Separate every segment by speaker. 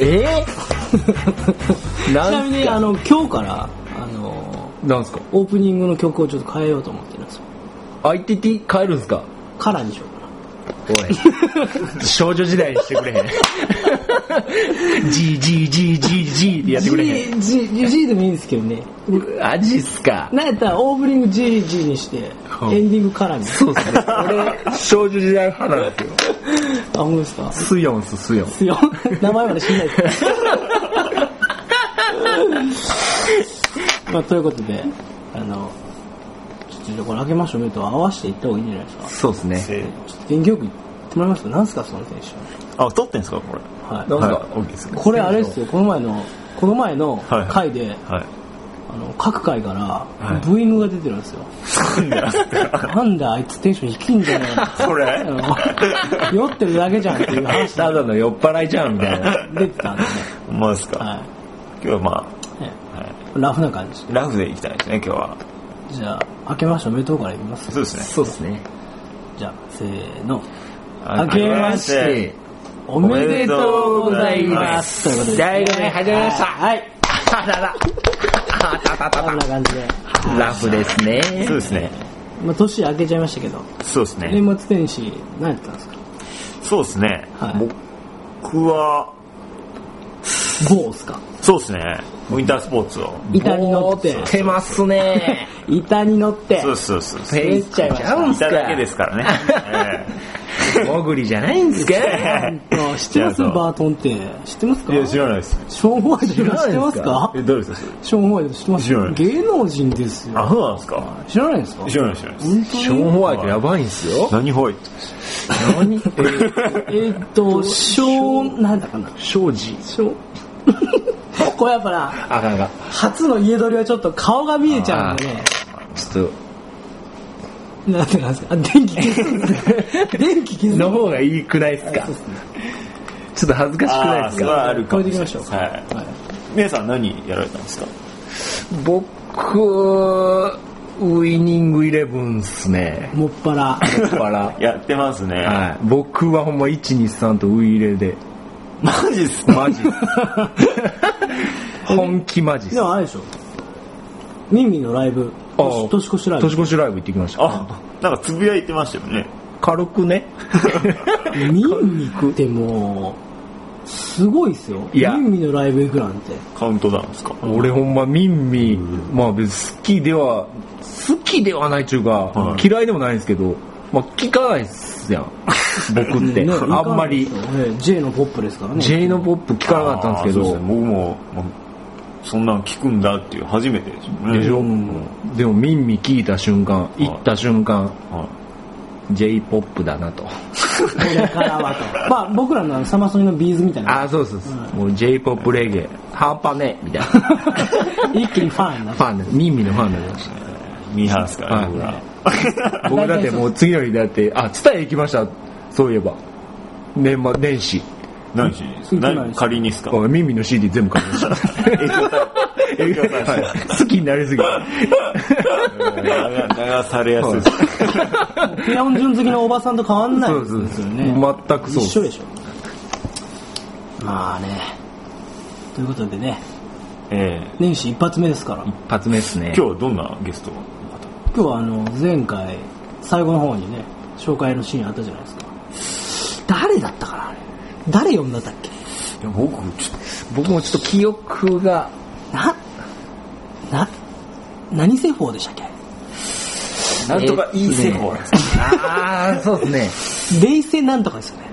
Speaker 1: ち
Speaker 2: な
Speaker 1: なみに、あ
Speaker 2: ん
Speaker 1: の、今日から、あの、
Speaker 2: なんすか
Speaker 1: オープニングの曲をちょっと変えようと思ってるんですよ。
Speaker 2: ?ITT 変えるんすか
Speaker 1: カラーにしようかな。
Speaker 2: おい。 少女時代にしてくれへん。じじじじじってやってくれへん。
Speaker 1: G、G、G でもいいんですけどね。
Speaker 2: マジっすか
Speaker 1: なんやったらオープニング G、G にして、エ
Speaker 2: う
Speaker 1: ン
Speaker 2: ん
Speaker 1: ディングカラーに。
Speaker 2: そうっすね。俺、少女時代派なんですよ。
Speaker 1: あ、ほんまですか
Speaker 2: スヨンっす、スヨン。
Speaker 1: ですよ。名前まで知らないです。 まあ、ということで、あの、ちょっとこれ開けましょう、目と合わせていった方がいいんじゃないですか。
Speaker 2: そうっすね。
Speaker 1: ちょっと元気よく言ってもらいますか何すか、その選
Speaker 3: あ、撮ってんすかこれ。
Speaker 1: 手。は。
Speaker 2: ないんか
Speaker 3: はい、OK ですね。
Speaker 1: これあれですよ、この前の、この前の
Speaker 3: はい
Speaker 1: 回で、
Speaker 3: はい。
Speaker 1: あの各回から
Speaker 3: い
Speaker 1: ブーイングが出てるんですよ。なんだあいつテンション低いんだよ。
Speaker 3: そ れ
Speaker 1: あの酔ってるだけじゃんっていう話
Speaker 2: ただの酔っ払いじゃん、みたいな。
Speaker 1: 出てたんでね。
Speaker 3: ほんまですか、
Speaker 1: は
Speaker 3: 今日はま
Speaker 1: い。ね
Speaker 3: あ、は
Speaker 1: ラフな感じ。
Speaker 3: い、ラフで行きたいですね、今日は。
Speaker 1: じゃあ、開けましょう。目とからいきます。
Speaker 3: そうですね。
Speaker 2: そうっすね。
Speaker 1: じゃあ、せーの。
Speaker 3: あ
Speaker 1: 明けまして。おめでとうございます。ということで。
Speaker 2: 第五回始まりました
Speaker 1: はい。
Speaker 2: あらら。あたたた
Speaker 1: こんな感じで。
Speaker 2: た。ラフですね。
Speaker 3: そうですね。
Speaker 1: まあ、年明けちゃいましたけど、
Speaker 3: そうですね。
Speaker 1: 年末年始、何やったんですか
Speaker 3: そうですね。
Speaker 1: はい
Speaker 3: 僕は、
Speaker 1: 某っすか
Speaker 3: そうですね。ウィンタースポーツを。
Speaker 1: 板に乗って
Speaker 2: ぼーってますね。
Speaker 1: 板に乗って
Speaker 3: そう、ですそうですそう
Speaker 1: 滑
Speaker 2: ペ
Speaker 1: っちゃいました
Speaker 2: ん
Speaker 3: です。
Speaker 2: すか
Speaker 3: いただけですからね。
Speaker 2: もぐりじゃないんですか
Speaker 1: あ知ってます
Speaker 3: いやそう
Speaker 1: バートンって。知ってます
Speaker 3: え
Speaker 1: か
Speaker 3: えいや、知らないです。
Speaker 1: ショーン・ホワイト知ってますか
Speaker 3: え、誰ですかそれ
Speaker 1: ショーン・ホワイト知ってます
Speaker 3: 知らない
Speaker 1: 芸能人です
Speaker 3: あ、
Speaker 1: よ。
Speaker 3: そうなんですか
Speaker 1: 知らないですか
Speaker 3: 知らない、知らないです。
Speaker 1: 本
Speaker 2: シ
Speaker 1: 当
Speaker 2: ョーン・
Speaker 1: に
Speaker 2: ホワイトやばいんすよ。
Speaker 3: 何ホワイト
Speaker 2: 何えー
Speaker 1: えーっと、ショーン、なんだかな。
Speaker 2: 庄司。
Speaker 1: ショーン。 これやっぱな、
Speaker 2: あかんあかん。
Speaker 1: 初の家撮りはちょっと顔が見えちゃうんでね。
Speaker 2: ちょっ
Speaker 1: なんてなんですかあ、電気消すんですね電気消
Speaker 2: と、
Speaker 1: す
Speaker 2: の方がいいくないですか
Speaker 1: そうっすね
Speaker 2: ちょっと恥ずかしくない
Speaker 3: あ
Speaker 2: で
Speaker 3: ー
Speaker 2: す
Speaker 3: それ
Speaker 2: か
Speaker 3: はあるかもしれな
Speaker 1: これでいき
Speaker 3: い
Speaker 1: ましょうか
Speaker 3: はい。
Speaker 1: はい
Speaker 3: 皆さん何やられたんですか
Speaker 2: 僕、ウイニングイレブンっすね。
Speaker 1: もっぱら。
Speaker 2: だから、
Speaker 3: やってますね。
Speaker 2: はい。僕はほんま123とウイイレで。
Speaker 3: マジっすか
Speaker 2: マジっ す。本気マジっす。
Speaker 1: でもあれでしょ。ミミのライブ、
Speaker 2: ああ
Speaker 1: 年年越しライ
Speaker 2: 年
Speaker 1: ブ。
Speaker 2: 越しライブ行ってきました。
Speaker 3: あ、なんかつぶやいてましたよね。
Speaker 2: 軽くね。
Speaker 1: ミミってもう、すごいっすよ。
Speaker 2: いや
Speaker 1: ミミのライブ行くなんて。
Speaker 3: カウントダウンですか。
Speaker 2: 俺ほんまミンミン、まあ別に好きでは、好きではないっていうか、
Speaker 3: はい
Speaker 2: 嫌いでもないんですけど、まあ聞かないっす やん。僕って、
Speaker 1: ね
Speaker 2: あんまり
Speaker 1: い。かがですかね J のポップですからね。
Speaker 2: J のポップ聞かなかったんですけ
Speaker 3: あー
Speaker 2: ど
Speaker 3: そう、ね僕も、まあそんなん聞くんだっていう初めてでしょ、ね。
Speaker 2: でしょ、でもミンミン聞いた瞬間、
Speaker 3: い
Speaker 2: 行った瞬間、
Speaker 3: はい
Speaker 2: J ポップだなと。
Speaker 1: これからはと。 まあ僕らのサマソニのビーズみたいな。
Speaker 2: あ、そうそうそう。もう J ポップレゲエ、半端ねえみた いな。フ
Speaker 1: 一気にファンになって。
Speaker 2: ァンです。ミンミンのファンになりました。
Speaker 3: ミーハーですから、
Speaker 2: はい
Speaker 3: ね、僕ら。
Speaker 2: 僕だってもう次の日だって、あ、伝え行きました。そういえば。年末、年始。
Speaker 3: 何しにですか
Speaker 1: 行かない
Speaker 3: 何仮にですか
Speaker 2: あミンミンの CD 全部買いました。
Speaker 3: 影響され影響され
Speaker 2: はい好きになりすぎて。
Speaker 3: 流されやすいです。
Speaker 1: ピアンジュン好きのおばさんと変わんない
Speaker 2: そう
Speaker 1: で
Speaker 2: そう
Speaker 1: す
Speaker 2: そう。
Speaker 1: よね。
Speaker 2: 全くそう。
Speaker 1: 一緒でしょ。まあね。ということでね、
Speaker 3: え
Speaker 1: 年始一発目ですから。
Speaker 2: 一発目ですね
Speaker 3: え。今日はどんなゲスト
Speaker 1: 今日はあの前回最後の方にね紹介のシーンあったじゃないですか誰だったかなあれ誰呼んだったっけ
Speaker 3: いや僕、ちょっ
Speaker 2: 僕もちょっと記憶が、
Speaker 1: なな何製法でしたっけ
Speaker 3: と、なんとかいい成功なんですか。
Speaker 2: ああ、そうですね。
Speaker 1: 冷静なんとかですよね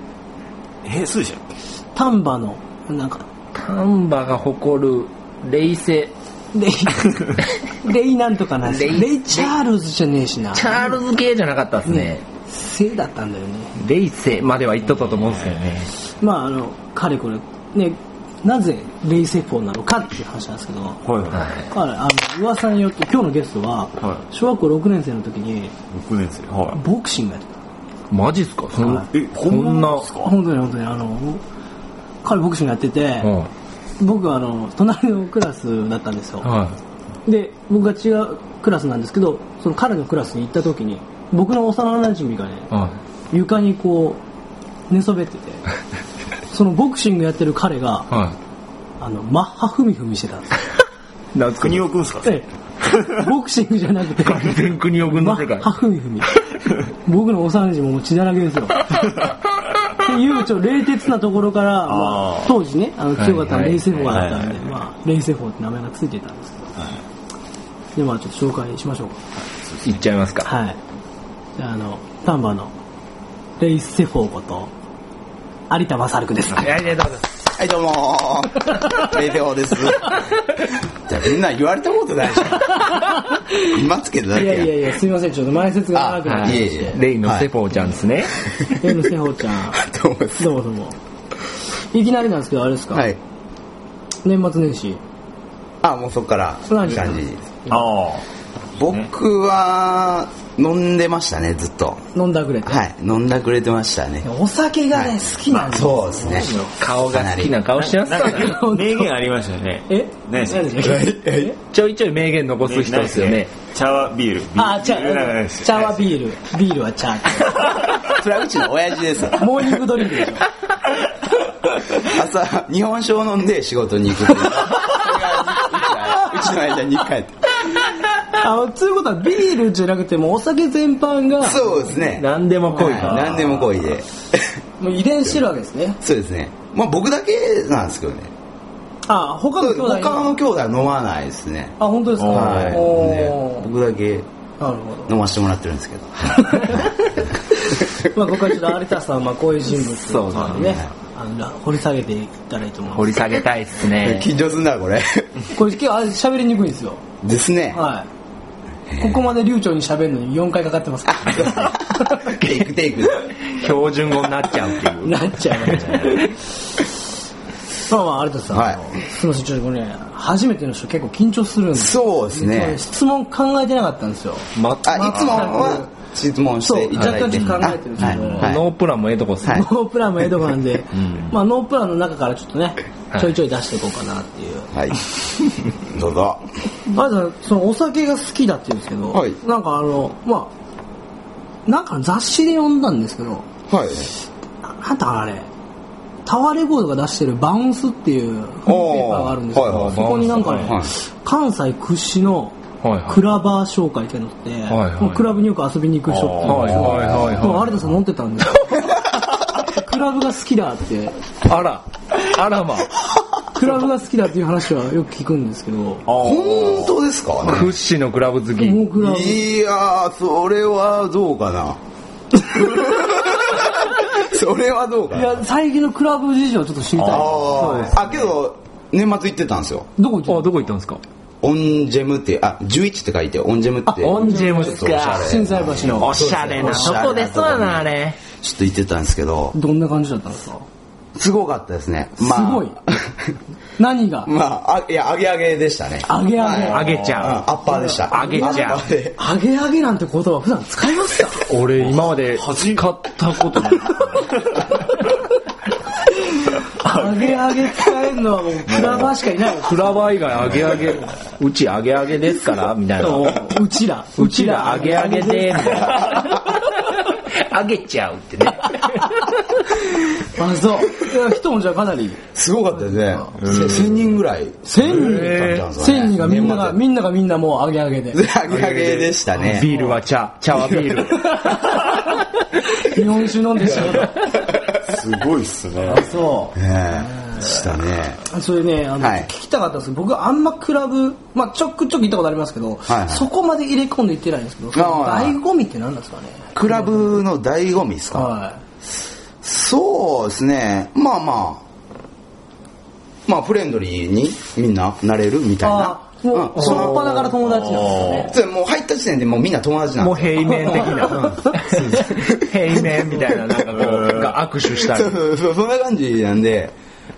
Speaker 3: えー、そうでしたっ
Speaker 1: 丹波のなんか
Speaker 2: 丹波が誇る、冷静。
Speaker 1: レイレイ なんとかなんですよ
Speaker 2: レイ
Speaker 1: レイチャールズじゃねえしな
Speaker 2: チャールズ系じゃなかったですね。
Speaker 1: 聖だったんだよね
Speaker 2: 冷静までは言っとったと思うんですけどね。
Speaker 1: まああのかれこれねなぜ冷静法なのかっていう話なんですけど
Speaker 3: けはいは
Speaker 2: はい。
Speaker 1: まああの噂によって今日のゲストは
Speaker 3: は
Speaker 1: 小学校6年生の時に
Speaker 3: い。6年生。は。
Speaker 1: ボクシングやってた
Speaker 2: マジっすかその
Speaker 1: はい
Speaker 3: え、
Speaker 2: こんな、
Speaker 3: ですか
Speaker 1: 本当に本当にあの彼ボクシングやってて、
Speaker 2: うん
Speaker 1: 僕はあの隣のクラスだったんですよ、
Speaker 2: はい。
Speaker 1: で僕が違うクラスなんですけどその彼のクラスに行った時に僕の幼なじみがね
Speaker 2: は
Speaker 1: 床に こう寝そべっててそのボクシングやってる彼が
Speaker 2: い。は
Speaker 1: あの、マッハ踏み踏みしてたんですよ。
Speaker 2: 懐かし
Speaker 3: 国
Speaker 2: い。
Speaker 3: 尾くんっすか
Speaker 1: ええボクシングじゃな くて、
Speaker 2: 完全国尾くん
Speaker 1: マ
Speaker 2: の世界
Speaker 1: ッ。ハ踏み踏み。僕の幼馴染ももう血だらけですよ。っていう、ちょっと冷徹なところから、ま
Speaker 3: あ
Speaker 1: あ
Speaker 3: ー、
Speaker 1: 当時ね、あの、清方
Speaker 2: は
Speaker 1: はい
Speaker 2: はい
Speaker 1: 冷静法だったん
Speaker 3: はい
Speaker 1: で
Speaker 3: は、い
Speaker 1: まあ、冷静法って名前がついてたんですけど。で、まあ、ちょっと紹介しましょうか。
Speaker 2: いっちゃいますか。
Speaker 1: はい。じゃあ、あの、丹波の、レイセフォーこと、有田正君です。
Speaker 2: いやいや、どうぞ。
Speaker 4: はい、どうもー。レイフェオです。じゃあみんな言われたことないじゃん。今つけただ
Speaker 1: い
Speaker 4: け
Speaker 1: や
Speaker 4: や
Speaker 1: いやいや、すみません、ちょっと前説が長くなっ
Speaker 4: あいえ
Speaker 1: て。
Speaker 4: いえ
Speaker 2: レイのセポーちゃんですね。
Speaker 1: レイのセフォーちゃん、
Speaker 4: どうもです
Speaker 1: どうもどうも。いきなりなんですけど、あれですか、
Speaker 4: はい。
Speaker 1: 年末年始。
Speaker 4: あ、もうそっから、
Speaker 1: そうなん
Speaker 4: 感
Speaker 1: で
Speaker 4: じ
Speaker 1: すよ。
Speaker 3: ああ。
Speaker 4: 僕は、飲んでましたね、ずっと。
Speaker 1: 飲んだくれて。
Speaker 4: はい、飲んだくれてましたね。
Speaker 1: お酒がね、
Speaker 4: はい
Speaker 1: 好きなんですよ。
Speaker 4: そうですね。
Speaker 2: 顔が好きな顔してます
Speaker 3: な
Speaker 2: か
Speaker 3: ん
Speaker 2: ら。
Speaker 3: か、名言ありましたよね。
Speaker 1: え
Speaker 3: 何でしたっけ
Speaker 1: 何でしたっけえ
Speaker 2: ちょいちょい名言残す人ですよね。。
Speaker 3: 茶はビール。ビール
Speaker 1: あ、茶、茶はビール。ビールは茶。
Speaker 4: それはうちの親父です。
Speaker 1: モーニングドリンクでしょ。
Speaker 4: 朝、日本酒を飲んで仕事に行くっていう。それがうちの間に帰って。
Speaker 1: あの、つうことはビールじゃなくてもうお酒全般が、
Speaker 4: そうですね。はい
Speaker 2: 何でも来いか。
Speaker 4: 何でも来いで。
Speaker 1: もう遺伝してるわけですね。
Speaker 4: そうですね。まあ僕だけなんですけどね。
Speaker 1: あ、他の兄弟に
Speaker 4: 他の兄弟は飲まないですね。
Speaker 1: あ、本当ですか
Speaker 4: はい。
Speaker 1: お
Speaker 4: ね
Speaker 1: ー
Speaker 4: 僕だけ
Speaker 1: なるほど。
Speaker 4: 飲ませてもらってるんですけど。
Speaker 1: まあ、僕はちょっと有田さんはまあこういう人物な
Speaker 4: そ
Speaker 1: ん
Speaker 4: う
Speaker 1: で
Speaker 4: だ
Speaker 1: ね
Speaker 4: ね、
Speaker 1: あの掘り下げていったらいいと思
Speaker 2: 掘
Speaker 1: いま
Speaker 2: り下げたいっすね。
Speaker 4: 緊張すんな、これ。
Speaker 1: す。これ結構あ喋りにくいんですよ。
Speaker 4: ですね。
Speaker 1: はい。ここまで流暢に喋るのに4回かかってますか
Speaker 4: テイクテイク。
Speaker 2: 標準語になっちゃうっていう。
Speaker 1: ら。なっちゃうね。まあまあ、有田さん、
Speaker 4: はい
Speaker 1: すみません、ちょっとこれね、初めての人結構緊張するんで。
Speaker 4: そうです
Speaker 1: 実は
Speaker 4: ね。
Speaker 1: 質問考えてなかったんですよ。
Speaker 2: ま
Speaker 4: あ、いつもは質問していただいて。
Speaker 1: そう若干ちょっと考えてるんですけど
Speaker 4: あはいはい
Speaker 2: ノープランもええとこっすね。
Speaker 4: はい
Speaker 1: ノープランもエドファン で、
Speaker 2: ん
Speaker 1: まあノープランの中からちょっとね
Speaker 2: は、い
Speaker 1: ちょいちょい出していこうかなっていう。
Speaker 4: はい。 どうぞ。
Speaker 1: まずそのお酒が好きだって言うんですけど、
Speaker 4: はい
Speaker 1: なんかあのまあなんか雑誌で読んだんですけど
Speaker 4: はい。
Speaker 1: ななんだったかなあれタワーレコードが出してる「バウンス」っていうペーパーがあるんですけ
Speaker 4: はい
Speaker 1: ど
Speaker 4: はい
Speaker 1: そこになんかね、
Speaker 2: バ
Speaker 4: ウン
Speaker 1: 関西屈指の
Speaker 2: はいはい
Speaker 1: クラバー紹介っていうのって、
Speaker 2: はいはい
Speaker 1: もうクラブによく遊びに行く人っていうの
Speaker 2: はいはいはいはい
Speaker 1: もう有田さん乗ってたんですよクラブが好きだって
Speaker 2: あら、あらま。
Speaker 1: クラブが好きだっていう話はよく聞くんですけど
Speaker 4: 本当ですか
Speaker 2: 屈指のクラブ好き。
Speaker 1: もうクラブ
Speaker 4: いやー、それはどう かな。それはどうか
Speaker 1: い
Speaker 4: な。
Speaker 1: や最近のクラブ事情をちょっと知りたい
Speaker 4: あーあ、けど、年末行ってたんですよ。
Speaker 1: どこ行っ
Speaker 2: あ、
Speaker 1: てた
Speaker 2: どこ行ったんですか
Speaker 4: オンジェムって、あ、11って書いて、オンジェムって。
Speaker 2: オンジェム
Speaker 4: ちょっとおしゃれ
Speaker 1: 心斎橋の。
Speaker 2: おしゃれな
Speaker 4: そうですね
Speaker 2: とこですわな、あれ。
Speaker 4: ちょっと行ってたんですけど、
Speaker 1: どんな感じだったんですか
Speaker 4: すごかったですね。
Speaker 1: すごい。何が
Speaker 4: まあ、あいや、アゲアゲでしたね。
Speaker 1: アゲアゲ
Speaker 4: はい
Speaker 2: あげち
Speaker 4: うん
Speaker 2: ゃう。
Speaker 4: アッパーでした。
Speaker 2: アゲちゃう
Speaker 4: アッパーで
Speaker 1: アゲアゲなんて言葉普段使いますか
Speaker 2: 俺、今まで使ったことない。
Speaker 1: アゲアゲ使えるのはもうクラバーしかいない
Speaker 2: クラバー以外あげあげ、うちあげあげですから、みたいな。
Speaker 1: うちら。
Speaker 2: うちらあげあげで、みたい
Speaker 1: あ、
Speaker 2: な。あげちゃうってね。
Speaker 1: そう。いや人もじゃあかなり。
Speaker 4: すごかったですね。1000人ぐらい。
Speaker 1: 千人
Speaker 4: 行ったんですよね
Speaker 1: 千人がみんなが、
Speaker 4: 年
Speaker 1: みんながみんなもうアゲアゲ で。
Speaker 4: 末アゲアゲでしたね。
Speaker 2: ビールは茶、茶はビール。
Speaker 1: 日本酒飲んでしまう。
Speaker 3: すごいっす ね。
Speaker 1: そ
Speaker 4: ねえしたね。
Speaker 1: う。それね、あの、
Speaker 4: はい
Speaker 1: 聞きたかったんですけど、僕あんまクラブ、まあちょくちょく行ったことありますけど、
Speaker 4: はいはい
Speaker 1: そこまで入れ込んで行ってないんですけど、その
Speaker 4: ああ
Speaker 1: 醍醐味って何なんですかね
Speaker 4: クラブの醍醐味ですか
Speaker 1: は
Speaker 4: そうですね。まあまあ。まあ、フレンドリーにみんななれるみ
Speaker 1: い。
Speaker 4: たいな
Speaker 1: あ。あ、もう、
Speaker 4: うん
Speaker 1: 初っ端から友達なんですよね。
Speaker 4: それもう入った時点でもうみんな友達なん
Speaker 2: もう
Speaker 4: ですよ。
Speaker 2: 平面的 な。平面みたいな、なんかこう、が握手したり
Speaker 4: そ。うそうそんな感じなんで、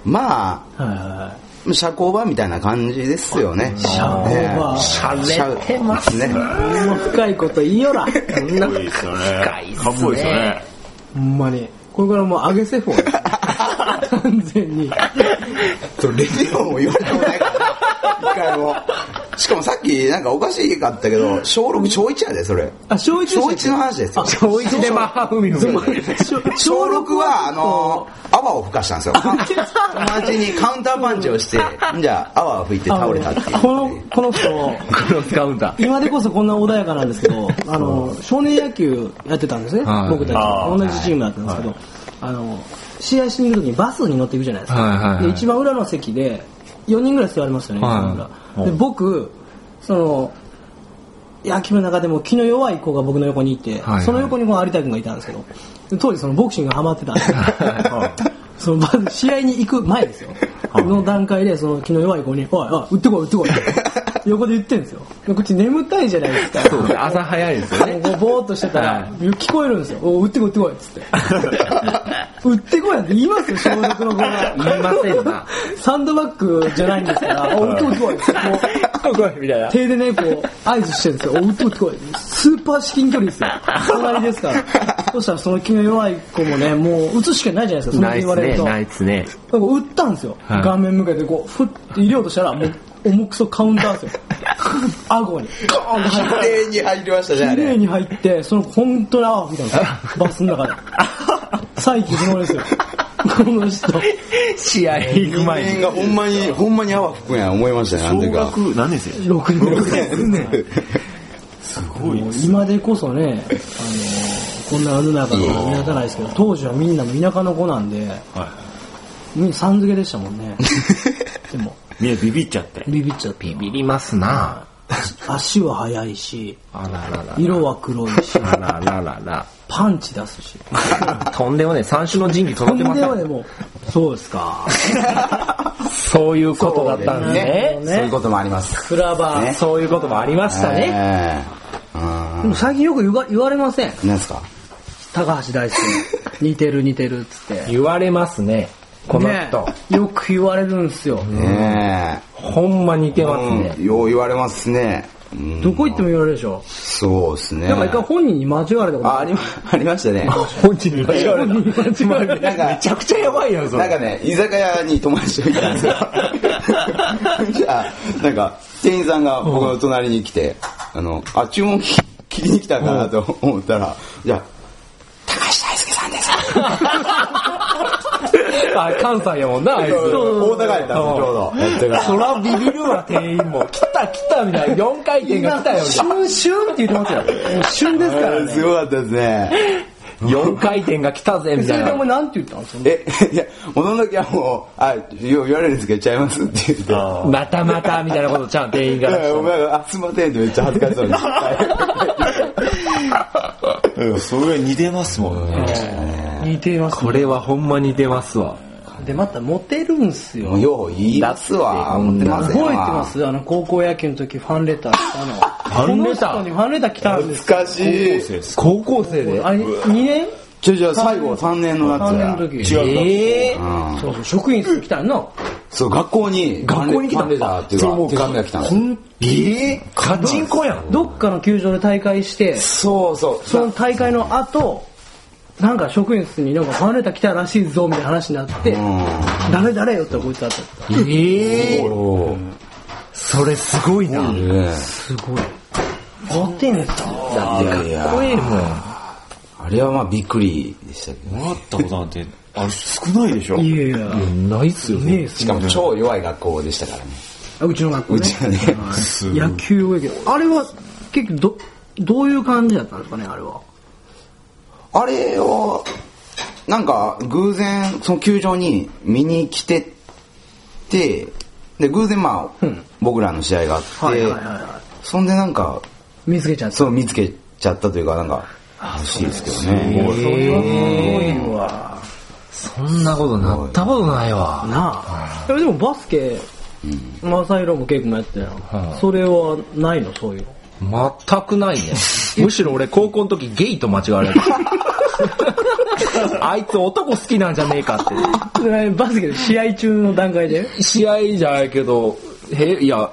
Speaker 4: ま
Speaker 1: はいはいはい。
Speaker 4: あ、社交場みたいな感じですよね。
Speaker 1: 社交場
Speaker 4: ね
Speaker 2: しゃれてますね
Speaker 4: 社ね。
Speaker 1: もう深いこと言いよら。ほんな
Speaker 3: かっこいいっすよね。
Speaker 2: 深いっすね
Speaker 3: かっこいいっすよね。
Speaker 1: ほんまに。これからもう上げせフォー。完全に。
Speaker 4: そうレディオも言われてもないから、一回も。しかもさっきなんかおかしかったけど、小6、小1やで、それ。
Speaker 1: あ、小一
Speaker 4: 小1の話ですよ。
Speaker 2: 小一でマハーフミフミ。
Speaker 4: 小6は、あのー、泡を吹かしたんですよ。友達にカウンターパンチをして、じゃあ泡を吹いて倒れたっていう。
Speaker 1: この、この人、
Speaker 2: クロスカウンター。
Speaker 1: 今でこそこんな穏やかなんですけ ど、あの、少年野球やってたんですね
Speaker 2: は。い
Speaker 1: 僕たち。
Speaker 3: あー
Speaker 1: 同じチームだったんですけど、あの、試合しに行くときにバスに乗っていくじゃないです
Speaker 2: はいはい
Speaker 1: か。
Speaker 2: はい
Speaker 1: で、一番裏の席で、4人ぐらい座りますよね、
Speaker 2: はい
Speaker 1: 一番裏で、僕、その、野球の中でも気の弱い子が僕の横にいて
Speaker 2: はいは、い
Speaker 1: その横にこの有田君がいたんですけど、で当時そのボクシングがハマってたん ですよそのまず試合に行く前ですよ。の段階で、その気の弱い子に、おい、おい、打ってこい、打ってこいって、 横で言ってんですよ。でこっち眠たいじゃないですか。
Speaker 2: そうですね朝早いですよね。
Speaker 1: こうぼーっとしてたら、
Speaker 2: はい
Speaker 1: 聞こえるんですよ。おう打ってこい、打ってこい、っ つって。打ってこいなんて言いますよ、小6の子が。
Speaker 2: 言いませんな。
Speaker 1: サンドバッグじゃないんですから、お打ってこい、打ってこいっつって。もう
Speaker 2: みたいな。
Speaker 1: 手でね、こう、合図してるんですよ。お打ってこい、打ってこい。スーパー至近距離ですよ。隣ですから。そしたらその気の弱い子もね、もう打つしかないじゃないですか、そんな
Speaker 2: な
Speaker 1: こと
Speaker 2: いっ
Speaker 1: 言わ
Speaker 2: す
Speaker 1: れる
Speaker 2: ね、
Speaker 1: と。
Speaker 2: ないっすね。
Speaker 1: なんか打ったんですよ、
Speaker 2: はい
Speaker 1: 顔面向けてこうふって入れようとしたらもう重くそカウンター ですよ顎にゴーンって入って
Speaker 4: 綺麗に入りましたね、あ
Speaker 1: 綺麗
Speaker 4: れ。
Speaker 1: に入ってその子本当に泡吹いたんですよ バスの中で再起不能ですよこの人
Speaker 2: 試合行く
Speaker 4: 人
Speaker 2: 前
Speaker 4: 間
Speaker 2: に。
Speaker 4: がほんまに、ほんまに泡吹くんや思いましたね、あの時
Speaker 3: 小
Speaker 4: は。
Speaker 3: 学何年生
Speaker 1: 6年
Speaker 3: すごい
Speaker 1: もう今でこそね、あのこんな世の中の目立たないですけど当時はみんな田舎の子なんでみんなさん付けでしたもん ねでも
Speaker 3: みんなビビっちゃって。
Speaker 1: ビビっちゃって
Speaker 2: ビビりますな。
Speaker 1: 足は速いし
Speaker 2: あららら。
Speaker 1: 色は黒いし
Speaker 2: あらららら。
Speaker 1: パンチ出すし。
Speaker 2: とんでもねえ、三種の神器
Speaker 1: と
Speaker 2: 揃
Speaker 1: ん
Speaker 2: っ
Speaker 1: で
Speaker 2: てま
Speaker 1: も
Speaker 2: す
Speaker 1: ね
Speaker 2: ね。
Speaker 1: いもう、そうですか。
Speaker 2: そういうことだったんですね。
Speaker 4: そういうこともあります。
Speaker 1: クラバ
Speaker 4: ね
Speaker 2: そういうこともありましたね。
Speaker 4: ね。うん
Speaker 1: でも最近よく言わ言われません。
Speaker 4: なんすか
Speaker 1: 高橋大輔 に。似てる似てるっつって。
Speaker 2: 言われますね。この人。
Speaker 1: ねよく言われるんですよ。
Speaker 4: ね
Speaker 2: ほんま似てますね。
Speaker 4: え。よう言われますね。うん
Speaker 1: どこ行っても言われるでしょ。
Speaker 4: そうですね。
Speaker 1: なんか一回本人に間違われたこと
Speaker 4: あありま、ありましたね。
Speaker 2: 本人に間違われた。
Speaker 4: なんか
Speaker 2: めちゃくちゃやばいやん、そ
Speaker 4: なん
Speaker 2: れ。
Speaker 4: かね、居酒屋に友達といたんです よ。じゃあ、なんか、店員さんが僕の隣に来て、あの、あ、注文聞きに来たんかなと思ったら、じゃあ、高橋大輔さんです。
Speaker 2: あ、関西やもんな、あいつ。
Speaker 4: 大高やったんですよちょうどやってから
Speaker 2: そらビビるわ、店員も。来た来たみたいな。4回転が来たよ、みたいな
Speaker 1: 旬旬って言ってますよ。旬ですか
Speaker 4: あ
Speaker 1: ら
Speaker 4: ー
Speaker 1: ね。
Speaker 4: すごかったですね。
Speaker 2: 4回転が来たぜ、み
Speaker 1: そ
Speaker 2: たい
Speaker 1: れでお前
Speaker 2: な。
Speaker 1: なんて言ったんですか
Speaker 4: え、 いや、もうその時はもう、あ、よう言われるんですけど、ちゃいますって言って。
Speaker 3: あ
Speaker 2: またまた、みたいなことちゃん、店員
Speaker 4: い
Speaker 2: が。
Speaker 4: やお前が、あ、すいませんってめっちゃ恥ずかしそう に。
Speaker 3: ーそれ似てますもんね。
Speaker 1: 似てます。
Speaker 2: これはほんま似てますわ。
Speaker 1: で、またモテるんすよ。
Speaker 4: もうよう言い出すわ、思ってま
Speaker 1: 覚
Speaker 4: す
Speaker 1: えてますあの、高校野球の時ファンレター来たの。
Speaker 2: ァンレター
Speaker 1: この人にファンレター来たんです
Speaker 4: 懐かしい。
Speaker 2: 高校生で。
Speaker 1: あれ、2年
Speaker 4: じゃあじゃあ最後3年の夏
Speaker 1: 3年
Speaker 4: や
Speaker 1: の。時。
Speaker 2: ええ
Speaker 4: うん
Speaker 1: そうそう、職員室来たの。
Speaker 4: そう、学校に、
Speaker 2: 学校に来た
Speaker 4: ファンレターっていうか、手紙が来たんですよ。
Speaker 2: ええカチンコやん。
Speaker 1: どっかの球場で大会して、
Speaker 4: そうそう。
Speaker 1: その大会の後、なんか職員室になんかファンレター来たらしいぞみたいな話になって、誰誰よってこいつだったんです
Speaker 2: ええ
Speaker 4: お
Speaker 2: それすごいな。
Speaker 4: ーね
Speaker 1: すごい。モテんすよ。
Speaker 4: いやいや、
Speaker 2: ええもん。
Speaker 4: あれはまあびっくりでしたけどね。
Speaker 3: もらったことなんて、あれ少ないでしょ
Speaker 1: いやいや、
Speaker 2: ないっすよ
Speaker 1: ねえっ
Speaker 4: し
Speaker 1: す
Speaker 4: かも超弱い学校でしたからね。
Speaker 1: あうちの学校ね。
Speaker 4: うちはね
Speaker 1: はい
Speaker 3: すごい
Speaker 1: 野球多いけど、あれは結局ど、どういう感じだったんですかね、あれは。
Speaker 4: あれを、なんか偶然、その球場に見に来てて、で、偶然まあ、僕らの試合があっ
Speaker 1: はい
Speaker 4: て
Speaker 1: はいはいは、
Speaker 4: そんでなんか、
Speaker 1: 見つけちゃった。
Speaker 4: そう見つけちゃったというか、なんか、欲しいですけどね。
Speaker 1: それはすごいわ。
Speaker 2: そんなことなったことないわ。
Speaker 1: なあ。でもバスケ、マサイロもケイ君もやってたよ
Speaker 2: は。い
Speaker 1: それはないの、そういう の。
Speaker 2: 全くないね。むしろ俺高校の時ゲイと間違われた。あいつ男好きなんじゃねえかっ
Speaker 1: でバスケで試合中の段階で
Speaker 2: て。試合じゃないけど、へいや、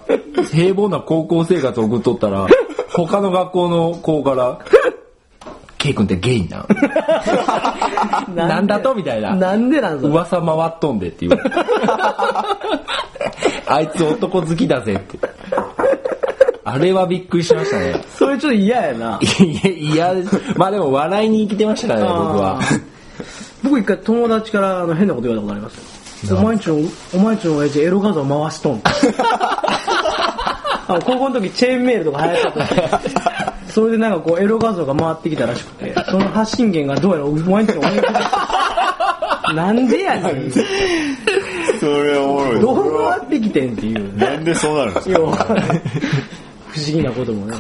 Speaker 2: 平凡な高校生活を送っとったら、他の学校の子から、ケイ君ってゲイなんなんだとみたいな
Speaker 1: なんでなんすか
Speaker 2: 噂回っとん でって言われたあいつ男好きだぜって。あれはびっくりしましたね。
Speaker 1: それちょっと嫌やない
Speaker 2: や、いや、まあでも笑いに生きてましたからね、僕は
Speaker 1: あ。ー僕一回友達からあの変なこと言われたことありますよ。お前んちの、お前んちの親父エロ画像回しと ん。あの高校の時チェーンメールとか流行ってた時それでなんかこうエロ画像が回ってきたらしくて、その発信源がどうやらお前んちの親父だなんでやねん。
Speaker 3: それおもろい。
Speaker 1: どう回ってきてんっていう ね。
Speaker 3: なんでそうなるんです
Speaker 1: 要
Speaker 3: か
Speaker 1: は不思議なこともね。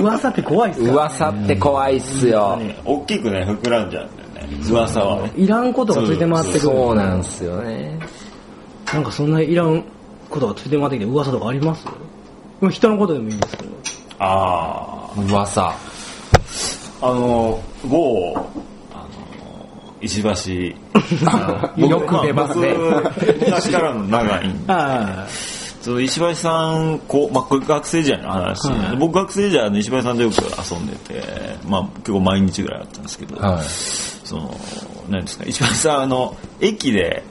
Speaker 1: 噂って怖いっすからね
Speaker 2: 噂って怖いっすよ。
Speaker 3: 大きくね、膨らんじゃうんだよね。噂はね。
Speaker 1: いらんことがついて回ってくる。
Speaker 2: そうなんすよね。
Speaker 1: なんかそんないらんことがついて回ってきて噂とかありますまあ人のことでもいいんですけど。
Speaker 3: あ
Speaker 2: 噂。
Speaker 3: あ。あの、某、あの、石 橋。
Speaker 2: よく出ますね。
Speaker 3: あ僕昔からの長いんで
Speaker 1: あ
Speaker 3: そう石橋さんこう、まあ、これ学生時代の話、
Speaker 1: はい
Speaker 3: 僕学生時代あの石橋さんとよく遊んでて、まあ、結構毎日ぐらいあったんですけど、
Speaker 2: はい
Speaker 3: そのなんですか石橋さんあの駅で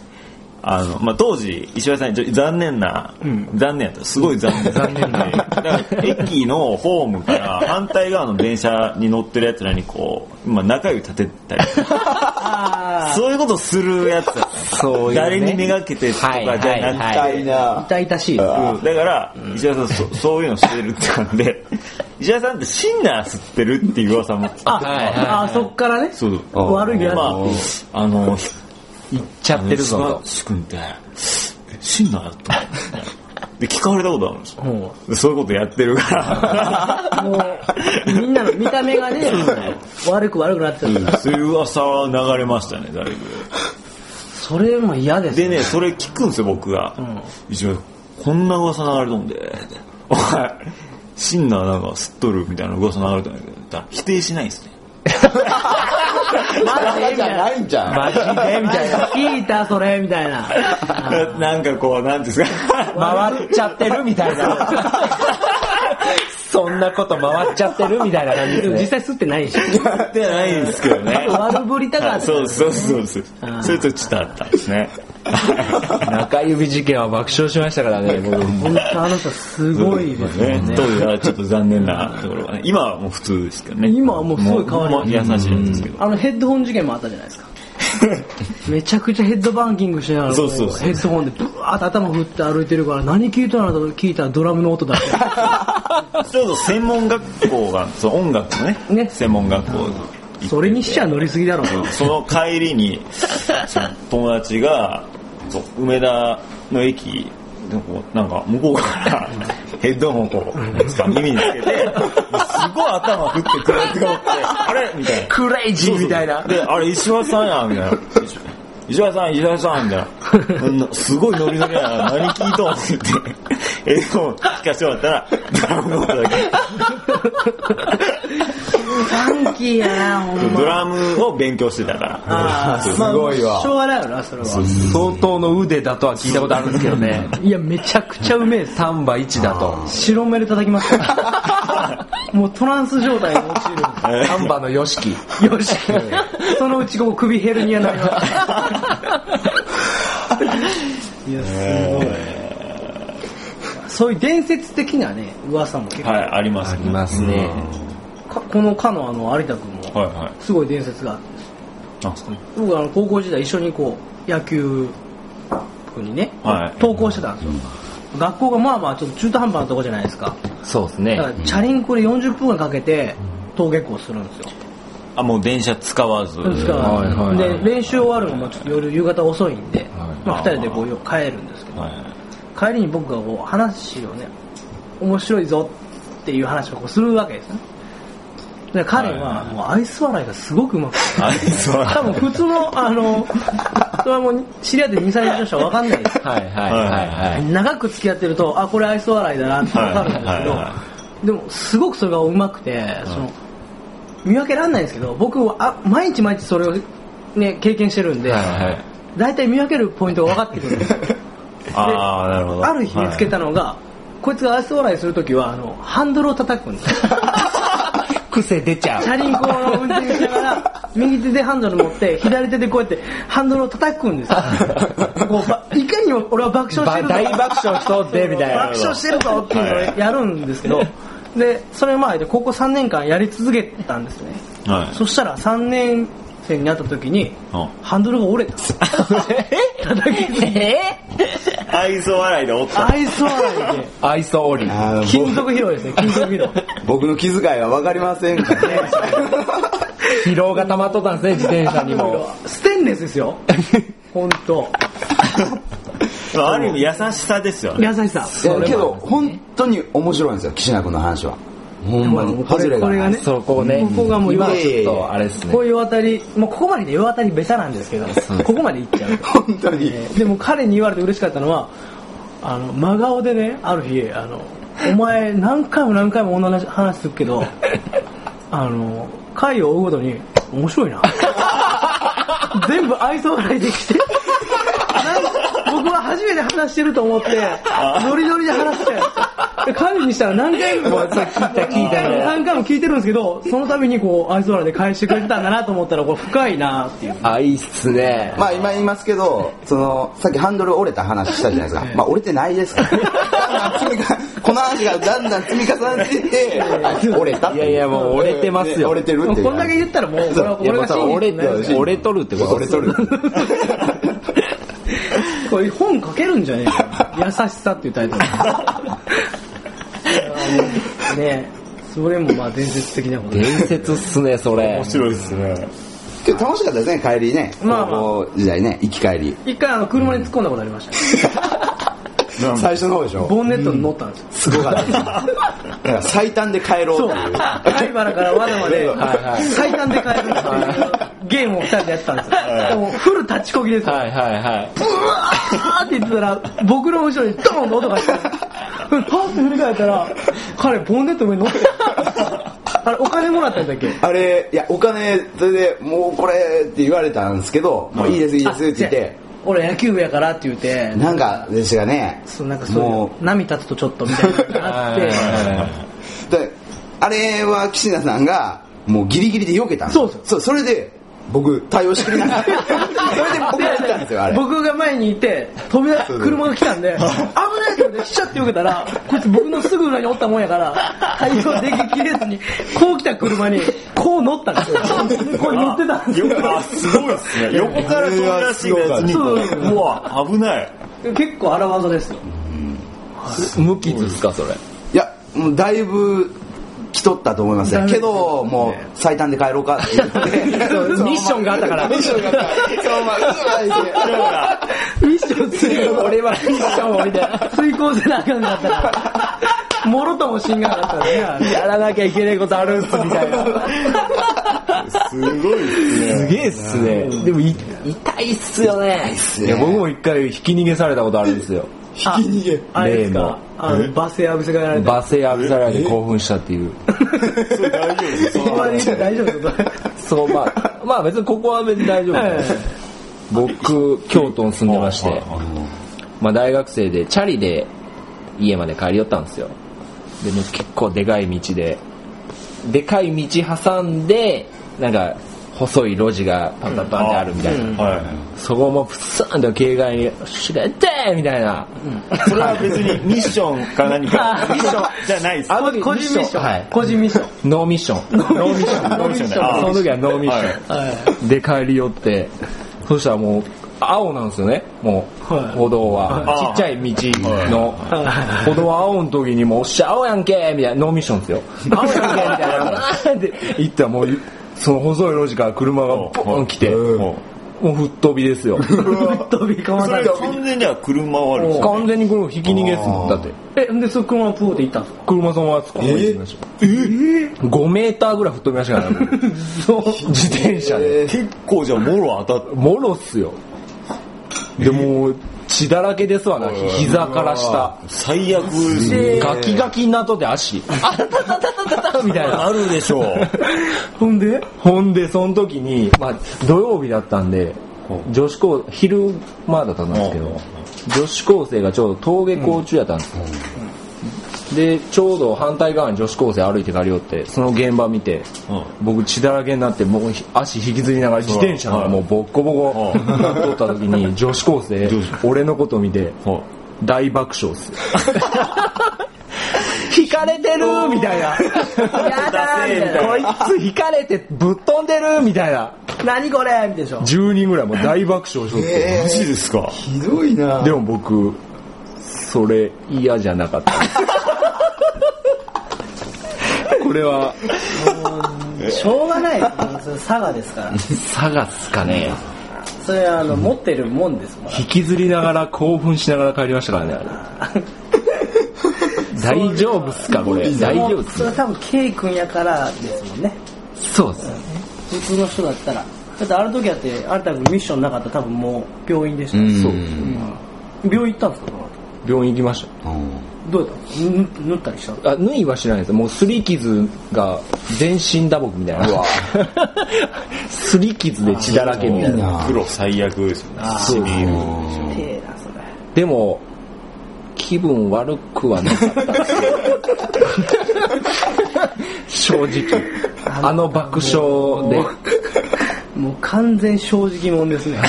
Speaker 3: あの、まあ、当時石橋さんちょ残念な、残念やったすごい残 念残念な駅のホームから反対側の電車に乗ってるやつらにこう、まあ、中指立てたりとか
Speaker 1: あ。
Speaker 3: そういうことするやつだったんです
Speaker 2: そういうね
Speaker 3: 誰にめがけてとかじゃなくて、
Speaker 2: はいはいはい
Speaker 4: 痛いな
Speaker 1: 痛々しい。あ
Speaker 3: だから、石田さんそ、 そういうのしてるって感じで、石田さんってシンナー吸ってるっていう噂も。
Speaker 1: あ、
Speaker 2: はいはいはい
Speaker 1: あそっからね。
Speaker 3: そう
Speaker 4: あ
Speaker 1: 悪い
Speaker 3: で
Speaker 1: やつ。
Speaker 3: まあ、あの、知
Speaker 2: 行っちゃってるぞ
Speaker 3: 君って、えシンナーと思 って。で、聞かれたことあるんですよ。
Speaker 1: も
Speaker 3: でそういうことやってるから。
Speaker 1: う、もうみんなの見た目がね、悪く悪くなってる。
Speaker 3: そういう噂は流れましたね、だいぶ。
Speaker 1: それも嫌です。
Speaker 3: でね、それ聞くんですよ、僕が。一応、こんな噂流れとんで、お前、シンナーなんか吸っとるみたいな噂流れとんだけど、だから否定しないんですね。
Speaker 4: バカじゃないんじゃん。
Speaker 2: マジでみたいな。
Speaker 1: 聞いたそれみたいな。
Speaker 3: なんかこう、なんていうんですか。
Speaker 2: 回っちゃってるみた いな。そんなこと回っちゃってるみたいな感じ
Speaker 1: で
Speaker 2: です
Speaker 1: も実
Speaker 2: ね。
Speaker 1: 際吸ってないし。
Speaker 3: やってないんですけどね。
Speaker 1: 悪ぶりたかった。
Speaker 3: そうそうそうそう。そういうとちょっとあったんですね。
Speaker 2: 中指事件は爆笑しましたからね、僕も
Speaker 1: 本当あの人すごいですね。
Speaker 3: ね。当時はちょっと残念なところがね。今はもう普通ですけどね。
Speaker 1: 今はもうすごい変わりま
Speaker 3: もう
Speaker 1: し
Speaker 3: 優しいんですけど。
Speaker 1: あのヘッドホン事件もあったじゃない ですか。めちゃくちゃヘッドバンキングしながらこ
Speaker 3: そうそうそう
Speaker 1: ヘッドホンでブワーって頭振って歩いてるから何聞いたのかなと聞いたらドラムの音だって。
Speaker 3: ちょうど専門学校が、そう音楽のね、
Speaker 1: ね
Speaker 3: 専門学校に
Speaker 1: それにしちゃ乗りすぎだろ。
Speaker 3: その帰りに、その友達が、そう梅田の駅、でこうなんか向こうからヘッドホンをこう、なんですか耳につけて、すごい頭振ってくれて思って、あれみたいな。
Speaker 2: クレイジーみたいな。
Speaker 3: で、あれ石橋さんや、みたいな。石橋さん、石橋さん、みたいなうん。すごいノリノリやな。何聞いとんって言って、英語を聞かせてもらったら、ドラムの音だけ。
Speaker 1: バンキーやな、ほんま。
Speaker 3: ドラムを勉強してたから。
Speaker 1: あー
Speaker 4: すごいわ
Speaker 1: まあしょうがないよな、それは。
Speaker 2: 相当の腕だとは聞いたことあるんですけどね。
Speaker 1: いや、めちゃくちゃうめえです。
Speaker 2: 丹波一だと。
Speaker 1: 白目で叩きました よ。もうトランス状態に陥る。
Speaker 2: 丹波のよしき。
Speaker 1: よし。そのうちここ首ヘルニアになりました。いや、すごい。そういう伝説的なね、噂も結構、
Speaker 3: はい、ありますね。
Speaker 2: いますね。
Speaker 1: かこのかのあの有田君
Speaker 3: う
Speaker 1: も、
Speaker 3: ん。はいはい。
Speaker 1: すごい伝説があって、
Speaker 3: なんすかね。
Speaker 1: 僕あの高校時代一緒にこう、野球部にね、
Speaker 3: はい
Speaker 1: 登校してたんですよ。学校がまあまあちょっと中途半端なとこじゃないですか。
Speaker 2: そうです
Speaker 1: だ
Speaker 2: ね
Speaker 1: か。らチャリンコで40分間かけて登下校するんですよ。
Speaker 3: あ、もう電車使わず。
Speaker 1: ですから、
Speaker 2: はいはいはい
Speaker 1: で練習終わるのもちょっと夜夕方遅いんで、
Speaker 2: い
Speaker 1: まあ、2人でこう帰るんですけど
Speaker 3: はいはい
Speaker 1: 帰りに僕がこう話をね面白いぞっていう話をこうするわけですねで彼はもう愛想笑いがすごくうまくて
Speaker 3: 愛想笑い
Speaker 1: 多分普通のあのそれはもう知り合って23年の人は分かんないです
Speaker 2: はいはいはいはい。
Speaker 1: 長く付き合ってるとあこれ愛想笑いだなって分かるんですけ
Speaker 3: はいはい
Speaker 1: ど
Speaker 3: は
Speaker 1: でもすごくそれがうまくてその見分けられないんですけど僕はあ毎日毎日それを、ね、経験してるんで
Speaker 2: はいはい
Speaker 1: 大体見分けるポイントが分かってくるんですよ
Speaker 3: ああ、なるほど。
Speaker 1: ある日見つけたのが、こいつが愛想笑いするときはあのハンドルを叩くんですよ
Speaker 2: 癖出ちゃう
Speaker 1: チ。ャリンコの運転しながら 右手でハンドル持って、左手でこうやってハンドルを叩くんですよ。こうばいかにも俺は爆笑してる
Speaker 2: ば大爆笑しとってみたいな
Speaker 1: 爆笑してるぞっていうのをやるんですけど、で、それをまあ、高校3年間やり続けたんですね。
Speaker 3: はい
Speaker 1: そしたら3年生になった時に
Speaker 3: うん、
Speaker 1: ハンドルが折れた。 叩きすぎて。
Speaker 3: 愛想笑いでおった。
Speaker 1: 愛想笑い で。
Speaker 2: 愛想折り。
Speaker 4: あー
Speaker 1: 金属疲労ですね、金属疲労。
Speaker 4: 僕の気遣いは分かりませんからね。
Speaker 2: 疲労が溜まっとったんですね、自転車にも。
Speaker 1: ステンレスです よ。本当。
Speaker 3: まあある意味優しさですよね。
Speaker 1: 優しさ。
Speaker 4: いやけど、本当に面白いんですよ、岸名君の話は。ほんまに。
Speaker 1: これ
Speaker 4: 外れが
Speaker 1: これが
Speaker 4: ない
Speaker 1: ね。
Speaker 2: そこをね、
Speaker 1: ここがもう
Speaker 2: 今
Speaker 1: 今
Speaker 2: はちょっとあれですね
Speaker 1: こ。ういう世渡り、もうここまでで世渡りベタなんですけど、ここまでいっちゃうと。
Speaker 4: 本当に。
Speaker 1: えーでも彼に言われて嬉しかったのは、あの、真顔でね、ある日、あの、お前何回も何回も女の話するけど、あの、回を追うごとに、面白いな。全部愛想笑いできて、 なん僕は初めて話してると思って、ノリノリで話して、で彼にしたら何回も、
Speaker 2: 聞いたね
Speaker 1: 何回も聞いてるんですけど、その度にこう、愛想笑いで返してくれてたんだなと思ったら、これ深いなっていう。
Speaker 2: あ、いいっすね。
Speaker 4: まあ今言いますけど、その、さっきハンドル折れた話したじゃないですか。まあ折れてないです から。積み重この話がだんだん積み重ねていって、折れたってう
Speaker 2: いやいやもう折れてますよ
Speaker 4: ね折れてる
Speaker 1: も
Speaker 4: っ
Speaker 1: う
Speaker 4: ていう。
Speaker 1: こんだけ言ったらもう、これは
Speaker 4: そういや
Speaker 1: 俺が真
Speaker 4: また
Speaker 1: 実
Speaker 4: 俺
Speaker 1: になる
Speaker 4: いや
Speaker 2: 折れとるってこと
Speaker 4: 折れとる。
Speaker 1: これ本書けるんじゃねえか優しさっていうタイト ルいやもうねそれもまあ伝説的なこと
Speaker 2: 伝
Speaker 1: で
Speaker 2: 説っすね、それ。
Speaker 3: 白いですね。
Speaker 4: けど楽しかったですね、帰りね。
Speaker 1: まあまあ
Speaker 4: 高校時代ね、行き帰り。
Speaker 1: 一回あの車に突っ込んだことありました、
Speaker 4: 最初の方でしょ
Speaker 1: ボンネットに乗ったん ですよ、
Speaker 4: すごかったですだから最短で帰ろ
Speaker 1: そうう
Speaker 4: っていう。
Speaker 1: 貝原からわざま で
Speaker 2: はいはい
Speaker 1: 最短で帰るっていうゲームを2人でやってたんですよもうフル立ちこぎですよ
Speaker 2: はいはいはい。
Speaker 1: うわーって言ってたら、僕の後ろにドーンと音が して、パッて振り返ったら、彼、ボンネットの上に乗ってた。あれ、お金もらったんだっけ
Speaker 4: あれ、いや、お金、それで、もうこれって言われたんですけど、もういいです、いいですって言っ
Speaker 1: あ違う
Speaker 4: て、
Speaker 1: 俺野球部やからって言って、
Speaker 4: なんかですがね、
Speaker 1: そうなんかそう
Speaker 4: も
Speaker 1: いう、波立つとちょっとみたいなのがあって、
Speaker 4: う、であれは岸田さんが、もうギリギリで避けたんです
Speaker 1: そう
Speaker 4: そう、それで、僕、対応しきれな かった。それで僕が行ったんですよ、あれ。
Speaker 1: 僕が前にいて、飛び出
Speaker 4: そうそう
Speaker 1: 車が来たんで、危ないと思って、シャッて避けたら、こいつ僕のすぐ裏におったもんやから、対応でききれずに、こう来た車に、こう乗ったん ですよ。こう乗ってたんですよ。
Speaker 3: あ、すごいですね。横から飛び出してきたやつに、
Speaker 1: そうそうそう
Speaker 3: うわ、危ない。
Speaker 1: 結構荒技ですよ。
Speaker 2: 無傷っすか、それ。
Speaker 4: いや、もうだいぶ、来とったと思います
Speaker 1: だい
Speaker 4: ね。
Speaker 1: ぶ
Speaker 4: けど、もう、最短で帰ろうかって 言って。
Speaker 2: そう
Speaker 4: そう
Speaker 2: ミッションがあったから
Speaker 4: ミッションがあった。そう、まあ、
Speaker 3: だから
Speaker 1: ミッション追加。俺はミッションをみたいな。遂行せなあかんかったから。もろとも死んがなかったんで。
Speaker 2: やらなきゃいけないことあるんす、みたいな。
Speaker 3: すごいですね。
Speaker 2: すげえっすね。でもい、痛いっすよね。
Speaker 4: ね
Speaker 2: いや、僕も一回引き逃げされたことあるんですよ。
Speaker 4: 引き逃げ。
Speaker 1: あれです
Speaker 2: 例
Speaker 1: か
Speaker 2: の。
Speaker 1: あの、罵声浴びせがやられた。
Speaker 2: 罵声浴びされて興奮したっていう。
Speaker 3: それ大丈夫です
Speaker 1: そこまで言って大丈夫ですか
Speaker 2: そう、ま あ、まあ別にここは別に大丈夫
Speaker 1: え
Speaker 2: です。僕、京都に住んでまし
Speaker 3: は
Speaker 2: て
Speaker 3: い、はいはい
Speaker 2: まあ大学生でチャリで家まで帰り寄ったんですよ。で、もう結構でかい道で、でかい道挟んで、なんか細い路地がパンパンパンってあるみたいな。
Speaker 3: はい。
Speaker 2: そこもプスーンと警戒に、よっしがやってーみたいな。
Speaker 3: それは別にミッションか何か、ミッションじゃないです。
Speaker 2: あ
Speaker 1: 個人ミッション。
Speaker 2: はい
Speaker 1: 個人 ミッション。
Speaker 2: ノーミッション。ノーミッション。
Speaker 3: ノーミッションだ
Speaker 2: その時はノーミッション。
Speaker 1: はい。
Speaker 2: で帰り寄って、そしたらもう、青なんですよね、もう、
Speaker 1: はい
Speaker 2: 歩道は。
Speaker 3: は
Speaker 2: ち
Speaker 3: い
Speaker 2: っちゃい道の、
Speaker 1: は
Speaker 2: 歩道は青の時にもう、おっしゃ、青やんけみたいな、ノーミッションですよ。青やんけみたいな、わー って行ったらもう、その細い路地から車がボン来て、
Speaker 4: うん
Speaker 2: もう吹っ飛びですよ。
Speaker 1: 飛び交わ
Speaker 3: そ
Speaker 1: さ
Speaker 3: れ
Speaker 1: れた。
Speaker 3: 完全には車はあるんですよ
Speaker 2: 完全に車引き逃げですもん、だって。
Speaker 1: え、んで、そこのままプーって行ったんですか
Speaker 2: 車そのまま突っ込んでいきました。5メーターぐらい吹っ飛びましたからね、 自転車で。
Speaker 3: 結構じゃあ、もろ当たっ
Speaker 2: もろっすよ。でも、血だらけですわな、膝から下。
Speaker 3: 最悪ですね。
Speaker 2: ガキガキになっとって足。あたたたたたたみたい
Speaker 3: あ
Speaker 2: な。
Speaker 3: るでしょう。
Speaker 1: ほんで
Speaker 2: ほんで、その時に、まあ、土曜日だったんで、女子高、昼間だったんですけど、女子高生がちょうど登下校中やったんですよ。でちょうど反対側に女子高生歩いてなりよってその現場見て、
Speaker 3: う
Speaker 2: 僕血だらけになってもうひ足引きずりながら自転車がもうボッコボコ
Speaker 3: うん
Speaker 2: なっとった時 に女子高生
Speaker 3: 女子
Speaker 2: 俺のこと見て
Speaker 3: ほ
Speaker 2: 大爆笑っす引かれてるみたいな やだ
Speaker 3: せえみたい
Speaker 2: ーこいつ引かれてぶっ飛んでるみたいな
Speaker 1: 何これみたいな ょ
Speaker 2: 10人ぐらいもう大爆笑しとって、
Speaker 4: え
Speaker 3: うマジですか
Speaker 4: ーひどいな
Speaker 2: でも僕それ嫌じゃな かったこれは
Speaker 1: しょうがないそれ佐賀ですから
Speaker 2: 差がつかね
Speaker 1: それはあの持ってるもんですもん
Speaker 2: 引きずりながら興奮しながら帰りましたからねあ れ大丈夫っすかこれ大丈夫っ
Speaker 1: そ
Speaker 2: す
Speaker 1: れは多分 K 君やからですもんね
Speaker 2: そうっす
Speaker 1: 普通の人だったらだってあの時だってあなたがミッションなかったら多分もう病院でした
Speaker 4: う
Speaker 1: よ、
Speaker 4: ん
Speaker 2: そう
Speaker 1: 病院行ったんですかその後
Speaker 2: 病院行きまし
Speaker 4: うん
Speaker 1: どうやったのぬ縫ったりしたの
Speaker 2: たあ縫いはしないですもうすり傷が全身打撲みたいな
Speaker 4: うわ
Speaker 2: すり傷で血だらけみたい
Speaker 4: いい
Speaker 2: な
Speaker 4: な
Speaker 3: プロ最悪ですよね
Speaker 1: あー
Speaker 3: シビる
Speaker 1: てえなそれ
Speaker 2: でも気分悪くはなかったですよ 正直あの爆笑で
Speaker 1: もう完全正直者ですね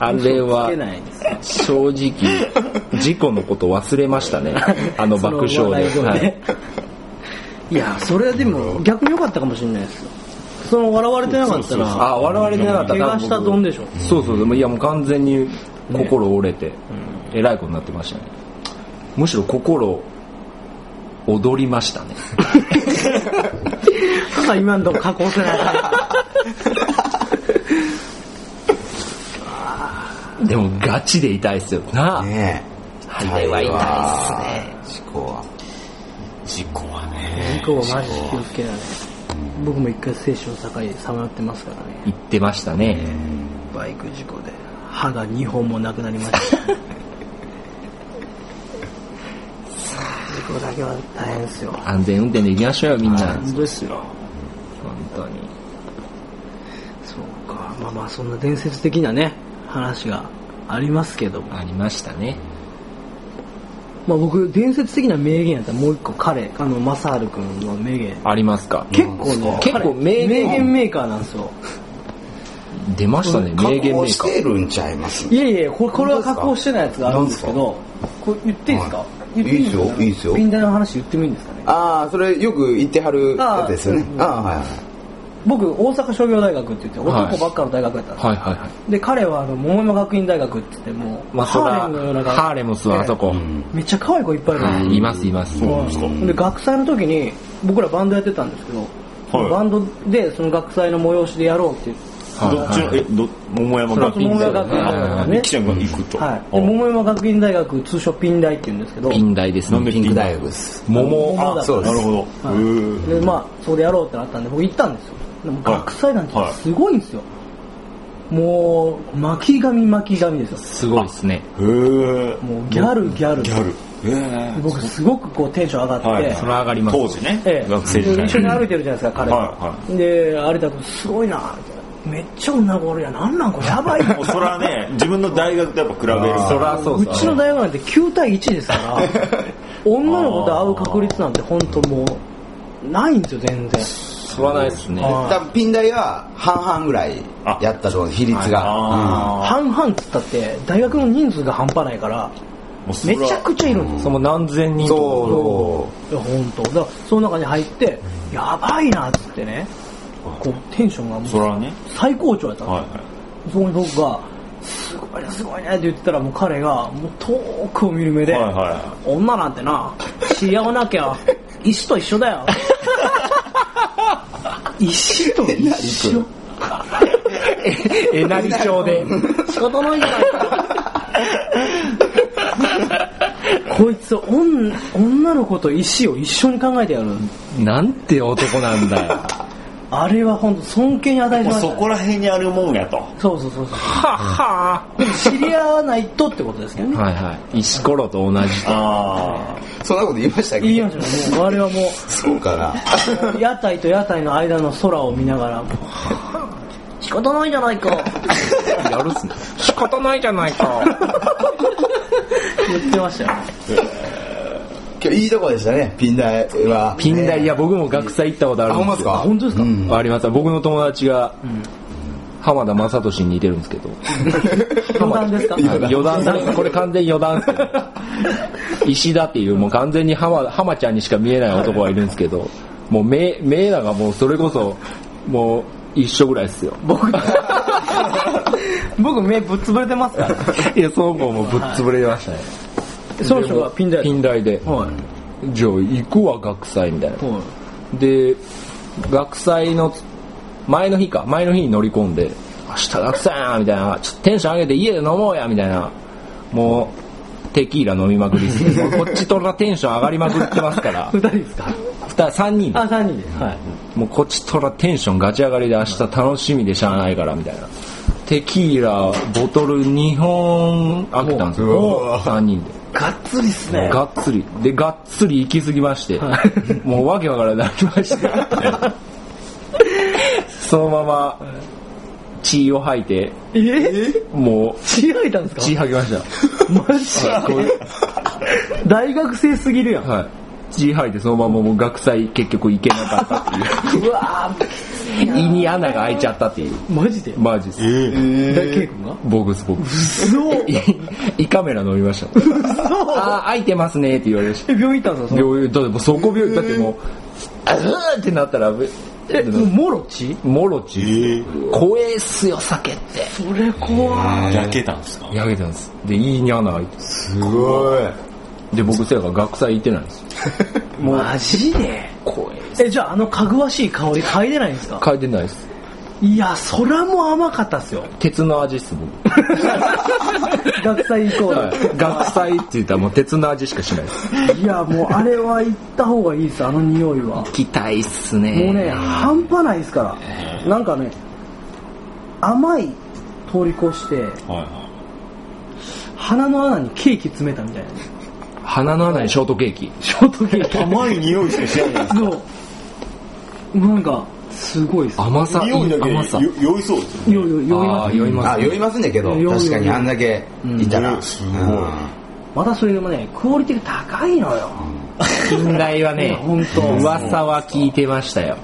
Speaker 2: あれ
Speaker 1: つ
Speaker 2: は
Speaker 1: けないですよ
Speaker 2: 正直事故のこと忘れましたねあの爆
Speaker 1: その
Speaker 2: 笑
Speaker 1: 笑い
Speaker 2: で、
Speaker 1: 声
Speaker 2: は
Speaker 1: ね
Speaker 2: い、
Speaker 1: いやそれはでも逆に良かったかもしれないですよその笑われてなかったら
Speaker 2: あ笑われてなかった
Speaker 1: 怪我したとんでしょ
Speaker 2: そうそうそういやもう完全に心折れて、えらいことになってましたねむしろ心踊りましたね
Speaker 1: だから今のとこ加工せないから
Speaker 2: でもガチで痛いっすよなあ、
Speaker 4: ねえ。
Speaker 2: あれは痛
Speaker 4: いですね。事故は。
Speaker 3: 事故はね
Speaker 1: 今日はマジで気をつけない僕も一回精神の境でさまよってますからね
Speaker 2: 言ってましたね、
Speaker 1: バイク事故で歯が2本もなくなりましたさあ事故だけは大変ですよ
Speaker 2: 安全運転で行きましょうよみんな本
Speaker 1: ですよ
Speaker 2: 当に
Speaker 1: そうかまあまあそんな伝説的なね話がありますけども
Speaker 2: ありましたね
Speaker 1: まあ僕伝説的な名言やったらもう一個彼あのマサール君の名言
Speaker 2: ありますか
Speaker 1: 結構ね
Speaker 2: 結構名言
Speaker 1: 彼名言メーカーなんですよ
Speaker 2: 出ましたね名言
Speaker 4: 加
Speaker 2: メ
Speaker 4: 工
Speaker 2: ー
Speaker 4: し
Speaker 2: カー
Speaker 4: てるんちゃいます
Speaker 1: いやいやこれこれは加工してないやつがあるんですけどこれ言っていいですか
Speaker 4: はい
Speaker 1: 言ってんかない
Speaker 4: いですよいいですよ
Speaker 1: ピンダイの話言ってもいいんですかね
Speaker 4: ああ、それよく言ってはるやつですよね。ああ、はいはい。
Speaker 1: 僕大阪商業大学って言って
Speaker 2: はい
Speaker 1: 男ばっかの大学やったんですよ
Speaker 2: はいはいはい
Speaker 1: で彼はあの桃山学院大学って言ってもう
Speaker 2: まあそ
Speaker 1: ハー
Speaker 2: ら
Speaker 1: レムのような学
Speaker 2: ハーレムスはあそこ、
Speaker 1: めっちゃ可愛い子いっぱいいるんですよ
Speaker 2: いますいます、
Speaker 1: はいで学祭の時に僕らバンドやってたんですけど、
Speaker 3: はい
Speaker 1: バンドでその学祭の催しでやろうっていう、
Speaker 2: はい
Speaker 3: どっちのえど桃山学院
Speaker 1: そ
Speaker 3: 大
Speaker 1: う
Speaker 3: 学
Speaker 1: 桃山学院大
Speaker 3: あ
Speaker 1: 学ね
Speaker 3: キちゃんが行くと
Speaker 1: はい、で桃山学院大学通称ピン大って言うんですけど
Speaker 2: ピン大です
Speaker 3: なん
Speaker 2: ね
Speaker 3: で
Speaker 4: ピンク大学です。
Speaker 2: 桃
Speaker 1: 桃
Speaker 2: あ
Speaker 1: だ
Speaker 4: そうです
Speaker 3: なるほど
Speaker 1: はい
Speaker 3: へー
Speaker 1: でまあそこでやろうってなったんで僕行ったんですよでも学祭なんて
Speaker 3: はい
Speaker 1: すごいんですよ、もう巻き髪巻き髪ですよ
Speaker 2: すごいですね
Speaker 3: へー
Speaker 1: もうギャルギャル
Speaker 3: ギャルへー
Speaker 1: 僕すごくこうテンション上がって、
Speaker 3: はい
Speaker 2: それは上がります
Speaker 3: 当時ね
Speaker 1: ええ、
Speaker 3: 学生時
Speaker 1: で
Speaker 3: 代
Speaker 1: 一緒に歩いてるじゃないですか彼
Speaker 3: は
Speaker 1: が、で有田君すごいなみたいなめっちゃ女の子おるやんなんなんこれやばいな
Speaker 3: もうそれはね自分の大学とやっぱ比べる
Speaker 2: そりゃそう
Speaker 1: う
Speaker 2: っす
Speaker 1: ちの大学なんて9対1ですから 女の子と会う確率なんて本当もうないんですよ全然
Speaker 2: そらないですね
Speaker 1: あ
Speaker 4: 多分ピン大は半々ぐらいやったと思う、比率が。
Speaker 3: あ
Speaker 1: 半々っつったって大学の人数が半端ないから
Speaker 3: ーもうそ
Speaker 1: め
Speaker 3: れは
Speaker 1: ちゃくちゃいるんです
Speaker 2: その何千
Speaker 4: う
Speaker 2: 人
Speaker 4: んそ
Speaker 1: いや本当だからその中に入ってやばいなっつってねこうテンションが
Speaker 3: そ
Speaker 1: も
Speaker 3: れ
Speaker 1: う
Speaker 3: はね
Speaker 1: 最高潮やったんですよ
Speaker 3: はいはい
Speaker 1: そこに僕が、すごいね、すごいねって言ってたら、もう彼が、もう遠くを見る目で、
Speaker 3: はいは
Speaker 1: 女なんてな、知り合わなきゃ、石と一緒だよ。石と一緒
Speaker 2: えなり帳で
Speaker 1: 仕方ないじゃないか。こいつ女、女の子と石を一緒に考えてやる。
Speaker 2: なんて男なんだよ
Speaker 1: あれは本当尊敬に値
Speaker 3: い
Speaker 1: し
Speaker 3: もう
Speaker 1: ました
Speaker 3: そ
Speaker 1: ね、
Speaker 3: こら辺にあるもんやと
Speaker 1: そうそうそうそう。はは知り合わないとってことですけどね。
Speaker 2: はいはい石ころと同じ
Speaker 3: あ
Speaker 4: う。そんなこと言いましたっけ
Speaker 1: 言いましたね。もうあれはもう、
Speaker 4: そうか な。
Speaker 1: 屋台と屋台の間の空を見ながら、仕方ないじゃないか。
Speaker 2: やるっすね仕方ないじゃないか
Speaker 1: 言ってましたよ。
Speaker 4: 今日いいとこでしたね、ピン台は。
Speaker 2: ピン台、いや、僕も学祭行ったことあるんですよ。
Speaker 4: あほんまですか
Speaker 2: う
Speaker 4: 本当です
Speaker 2: ん
Speaker 4: か
Speaker 2: あります。僕の友達が、浜田雅俊に似てるんですけど。
Speaker 1: 余談ですか
Speaker 2: はい余談ですこれ完全に余談 ですけど。石田っていう、もう完全に浜、浜ちゃんにしか見えない男がいるんですけど、もう目、目らがもうそれこそ、もう一緒ぐらいですよ。
Speaker 1: 僕、僕目ぶっ潰れてますから。
Speaker 2: いや、その子もぶっ潰れましたね。
Speaker 1: その人がピンだよ。
Speaker 2: ピン台で。
Speaker 1: はい。
Speaker 2: じゃあ行くわ、学祭みたいな。
Speaker 1: は
Speaker 2: で学祭の前の日か前の日に乗り込んで明日学祭やみたいなちょっとテンション上げて家で飲もうやみたいなもうテキーラ飲みまくりっすねこっちとらテンション上がりまくってますから
Speaker 1: い。二人ですか
Speaker 2: 3人
Speaker 1: あ、三人です。はい。
Speaker 2: もうこっちとらテンションガチ上がりで明日楽しみでしゃあないからみたいなテキーラボトル2本開けたんです
Speaker 4: う
Speaker 2: よ
Speaker 4: わ
Speaker 2: 3人で
Speaker 1: がっつりっすね。
Speaker 2: がっつり。で、がっつり行き過ぎまして、もうわけわからなくなりました。そのまま、血を吐いて、
Speaker 1: えー
Speaker 2: もう、
Speaker 1: 血吐いたんです
Speaker 2: 血
Speaker 1: か
Speaker 2: 吐きました。
Speaker 1: マジ
Speaker 2: はいこ
Speaker 1: で大学生すぎるやん。
Speaker 2: うはい。血吐いて、そのままもう学祭結局行けなかったっていう
Speaker 1: わ
Speaker 2: う。胃に穴が開いちゃったっていう。
Speaker 1: ーマジで
Speaker 2: マジです。
Speaker 1: 大ケイ君が
Speaker 2: 僕です、僕。
Speaker 1: そうえ、
Speaker 2: 胃カメラ飲みました。あー、開いてますねって言われました。
Speaker 1: 病院行ったんですか
Speaker 2: 病院、だってもうそこ病院、だってもう、あーってなったら、
Speaker 1: え、もうもろ血
Speaker 2: もろち、怖えっすよ、酒って。
Speaker 1: それ怖い。
Speaker 3: 焼けたんですか
Speaker 2: やげたんです。で、いいに穴開いて。
Speaker 4: すごい。
Speaker 2: で、僕、せやから学祭行ってないんですよ。
Speaker 1: マジで
Speaker 2: 怖え。
Speaker 1: え、じゃああのかぐわしい香り嗅いでないんですか
Speaker 2: 書いてないです。
Speaker 1: いや、そらもう甘かったっすよ。
Speaker 2: 鉄の味っす、僕。
Speaker 1: 学祭行こうよ
Speaker 2: 学祭って言ったらもう鉄の味しかしないです。
Speaker 1: いや、もうあれは行った方がいいです、あの匂いは。
Speaker 2: 期待っすね
Speaker 1: もうね、半端ないですから。なんかね、甘い通り越して、
Speaker 3: はいは
Speaker 1: 鼻の穴にケーキ詰めたみたいな。
Speaker 2: 鼻の穴にショートケーキ。
Speaker 1: ショートケーキ。
Speaker 3: い。甘い匂いしかしないです。
Speaker 1: そう。なんか、すごいです。
Speaker 2: 甘さ、いい
Speaker 3: 匂いだけ
Speaker 2: 甘さ。
Speaker 3: で酔いそうですよ
Speaker 1: よよよい
Speaker 2: あ
Speaker 1: ま
Speaker 2: あ、
Speaker 1: す
Speaker 2: 酔いま
Speaker 4: あ、
Speaker 2: す。
Speaker 4: 酔いますねけど、
Speaker 1: 酔う
Speaker 4: 確かに
Speaker 1: 酔う
Speaker 4: あんだけいたら。
Speaker 3: うんすごい
Speaker 1: またそれでもね、クオリティが高いのよ。
Speaker 2: 近代はね、
Speaker 1: 本当
Speaker 2: 噂は聞いてましたよ。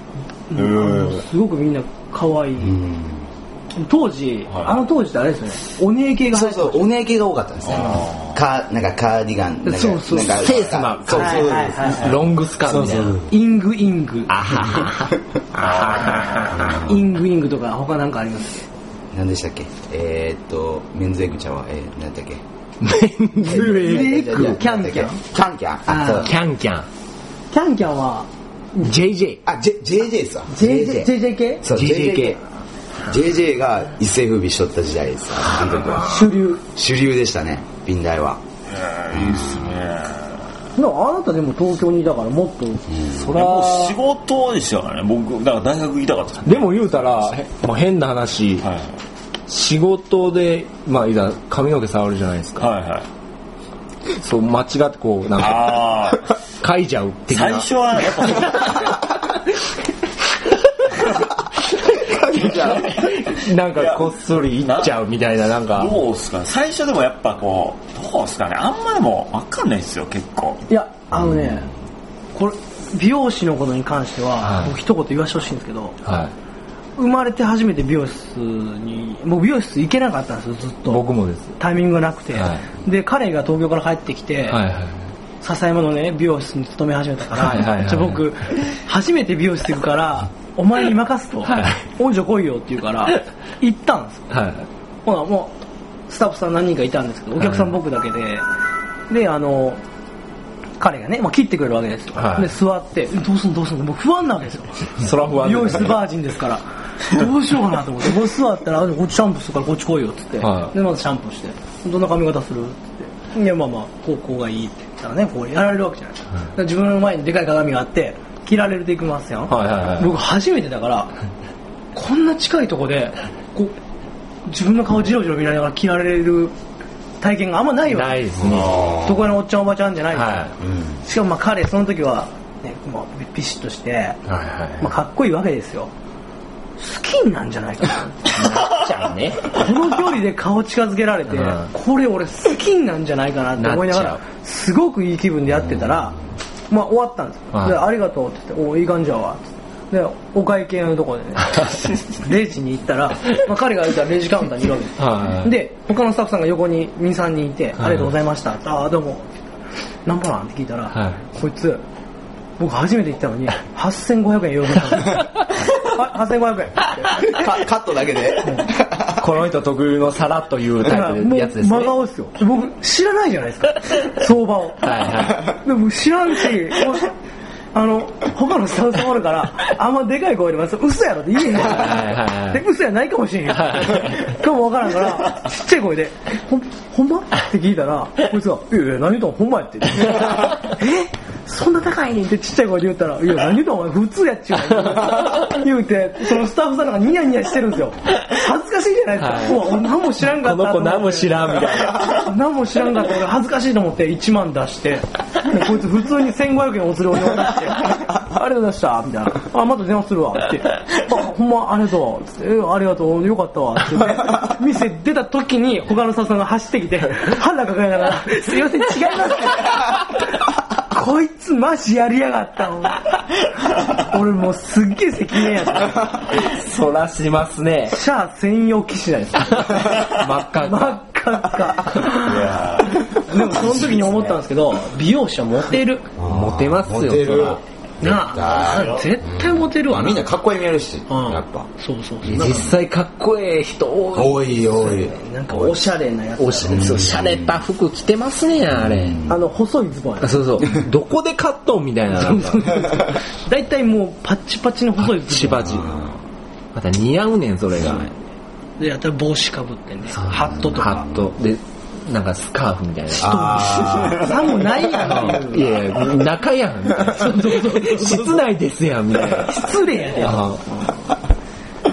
Speaker 3: うん。
Speaker 1: すごくみんな可愛い。当時、
Speaker 3: はい
Speaker 1: あの当時ってあれですよね、お姉系が
Speaker 4: そ
Speaker 1: 入
Speaker 4: う
Speaker 1: って
Speaker 4: そう、お姉系が多かったんですね。カー、なんかカーディガン、なんか、
Speaker 1: そうそう
Speaker 4: なんか
Speaker 2: セースな
Speaker 4: そうそう
Speaker 1: はいはいはい
Speaker 2: ロングスカートみたいな。
Speaker 1: イングイング。
Speaker 2: あははは。
Speaker 1: イングイングとか他なんかあります
Speaker 4: 何でしたっけえー、っと、メンズエグちゃうわ。えー、何だっけ
Speaker 2: メンズエ
Speaker 1: ッグキャンキャン
Speaker 4: キャンキャン。
Speaker 1: あー
Speaker 4: あ、そう
Speaker 2: キ。ャンキャン。
Speaker 1: キャンキャンは
Speaker 2: JJ。
Speaker 4: あ、J、JJ さ。
Speaker 1: JJ。JJ 系
Speaker 4: そう、
Speaker 2: JJ
Speaker 4: JJ
Speaker 2: 系
Speaker 4: 系。JJ が一世風靡しとった時代です。あの時は。
Speaker 1: 主流。
Speaker 4: 主流でしたね、ピン台は。
Speaker 3: いいっすね。
Speaker 1: でもあなたでも東京にいたからもっと、そら、
Speaker 3: もう仕事でしたからね。僕、だから大学行きたかった。
Speaker 2: でも言うたら、もう変な話、
Speaker 3: はい
Speaker 2: 仕事で、まあ、いざ髪の毛触るじゃないですか。
Speaker 3: はいはい。
Speaker 2: そう、間違ってこう、なんか、
Speaker 3: ああ。
Speaker 2: 書いちゃう的
Speaker 3: 最
Speaker 2: な。
Speaker 3: 初はやっぱ
Speaker 2: なんか、こっそりいっちゃうみたいな、なんか、
Speaker 3: どうっすかね最初でもやっぱこうどうっすかねあんまでも分かんないっすよ結構
Speaker 1: いや、あのね、これ、美容師のことに関しては、
Speaker 2: はい
Speaker 1: 僕一言言わしてほしいんですけど、
Speaker 2: はい。
Speaker 1: 生まれて初めて美容室に、もう美容室行けなかったんですよ、ずっと。
Speaker 2: 僕もです。
Speaker 1: タイミングがなくて、
Speaker 2: は
Speaker 1: で彼が東京から帰ってきて、
Speaker 2: はいはい。
Speaker 1: 笹山のね美容室に勤め始めたから、
Speaker 2: はいはいはい
Speaker 1: じゃあ僕初めて美容室行くからお前に任すと、
Speaker 2: はい
Speaker 1: 恩女来いよって言うから行ったんですよ
Speaker 2: はい。
Speaker 1: ほなもうスタッフさん何人かいたんですけどお客さん僕だけで、であの彼がね、まあ、切ってくれるわけですよ、
Speaker 2: はい
Speaker 1: で座ってえどうすんのどうすんの僕不安なわけですよ
Speaker 2: そら不安
Speaker 1: 美
Speaker 2: で
Speaker 1: 容
Speaker 2: す
Speaker 1: 室バージンです から、どうしようかなと思って、もう座ったら、あこっちシャンプーするからこっち来いよって言って、
Speaker 2: はい
Speaker 1: で、まずシャンプーして、どんな髪型するって言って、いや、まあまあ、こう、こうがいいって言ったらね、こうやられるわけじゃないですか。だから自分の前にでかい鏡があって、切られるでいきますよ。
Speaker 2: はいはいはい
Speaker 1: 僕初めてだから、こんな近いとこで、こう、自分の顔じろじろ見られながら切られる体験があんまないわけ
Speaker 2: ないですね。
Speaker 1: そこのおっちゃんおばちゃんじゃないですか
Speaker 2: は
Speaker 1: しかもまあ彼、その時は、ね、もうピシッとして、
Speaker 2: い。はいはい。
Speaker 1: まあ、かっこいいわけですよ。スキンなんじゃないかな。
Speaker 2: なっちゃうね。
Speaker 1: この距離で顔近づけられて、
Speaker 2: うん
Speaker 1: これ俺好きなんじゃないかなって思いなが
Speaker 2: なっ
Speaker 1: ら
Speaker 2: ちゃ
Speaker 1: すごくいい気分でやってたら、まあ終わったんですよ、
Speaker 2: はい
Speaker 1: でありがとうって言って「おいい感じやわ」って言ってでお会計のとこ でねレジに行ったら、まあ、彼がいたらレジカウンターにいるわけです、
Speaker 2: はい
Speaker 1: で他のスタッフさんが横に23人いて、ありがとうございました」って「ああどうも」なんぼなん?」って聞いたら、
Speaker 2: はい
Speaker 1: こいつ僕初めて行ったの に8500円用意したんですよあ8500円
Speaker 4: カカットだけで。
Speaker 2: この人特有のさらっという
Speaker 1: だか
Speaker 2: タ
Speaker 1: ら
Speaker 2: イプ
Speaker 1: も
Speaker 2: の
Speaker 1: う
Speaker 2: やつですね
Speaker 1: 真。顔ですよ僕知らないじゃないですか相場を
Speaker 2: はい
Speaker 1: でも知らんしもうあの他のスタッフさんおるからあんまでかい声で「嘘やろ」って言えへん
Speaker 2: はいはいはい
Speaker 1: で嘘やないかもしれへん
Speaker 2: はい
Speaker 1: かもわからんからちっちゃい声で「ほんほんま?」って聞いたらこいつが「いやいや何言うとんほんま や」って言って「えそんな高いん?」ってちっちゃい声で言ったら「いや何言うとんお前普通やっちゅうねん」言うてそのスタッフさんなんかニヤニヤしてるんですよ恥ずかしいじゃないですか、
Speaker 2: はいう
Speaker 1: わ何も知らんかった
Speaker 2: この子何も知らんみたい
Speaker 1: な何も知らんかった俺恥ずかしいと思って1万出してこいつ普通に1500円お釣りを渡して「ありがとうございました」みたいな「あまた電話するわ」って「あほんまありがとう」つってえ「ありがとうよかったわ」って言って店出た時に他のスタッフさんが走ってきて腹抱えながら「すいません違います」ってこいつマジやりやがった俺俺もうすっげえ責任やった
Speaker 2: そらしますね。
Speaker 1: シャア専用機種なんですよ
Speaker 2: 真っ赤
Speaker 1: 真っ赤っかでもその時に思ったんですけど美容師はモテる
Speaker 2: モテますよ、
Speaker 4: モテる
Speaker 2: そら。
Speaker 1: なあ絶対モテる
Speaker 4: ま
Speaker 1: わ
Speaker 4: あ
Speaker 1: な
Speaker 4: みんなかっこいい見えるし、
Speaker 1: うん
Speaker 4: やっぱ。
Speaker 1: そうそうそうなん
Speaker 2: 実
Speaker 1: か
Speaker 2: 際かっこええ人多い。
Speaker 4: 多い多い。
Speaker 1: なんかおしゃれなやつ
Speaker 2: おしそうしゃれた服着てますねあれ。
Speaker 1: あの細いズボンや
Speaker 2: あそうそう。どこでカットンみたいな。なんか
Speaker 1: 大体もうパッチパチの細いズ
Speaker 2: し
Speaker 1: ボ
Speaker 2: ば
Speaker 1: ン
Speaker 2: じ。また似合うねん、それが。
Speaker 1: でやったら帽子かぶってねハットと
Speaker 2: ハ
Speaker 1: か
Speaker 2: ット。で、なんかスカーフみたいな。
Speaker 4: あ
Speaker 1: さもない やん
Speaker 2: いやいや、中や んみたいな。室内ですやん、みたいな。
Speaker 1: 失礼やで
Speaker 2: あ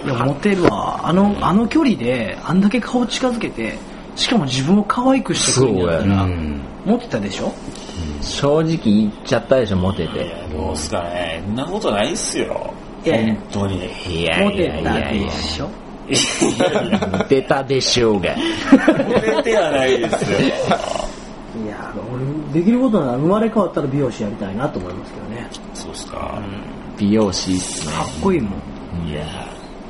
Speaker 1: いやモテるわあのあの距離であんだけ顔近づけてしかも自分を可愛くしてくれるんやった
Speaker 2: そう
Speaker 4: ー
Speaker 1: ら
Speaker 4: うん。
Speaker 1: モテたでしょ
Speaker 2: 正直言っちゃったでしょ、モテて。
Speaker 3: どうすかねそんなことないっすよ
Speaker 1: いやいや
Speaker 3: 本当に
Speaker 2: いや
Speaker 1: モ
Speaker 2: いや
Speaker 1: テ
Speaker 2: い
Speaker 1: た
Speaker 2: やい
Speaker 1: で
Speaker 2: や。
Speaker 1: しょ
Speaker 2: モテたでしょうが。
Speaker 3: モテてはないですよ
Speaker 1: いや俺できることなら生まれ変わったら美容師やりたいなと思いますけどね
Speaker 3: そうっすか、
Speaker 2: 美容師っすね
Speaker 1: かっこいいもん
Speaker 3: いや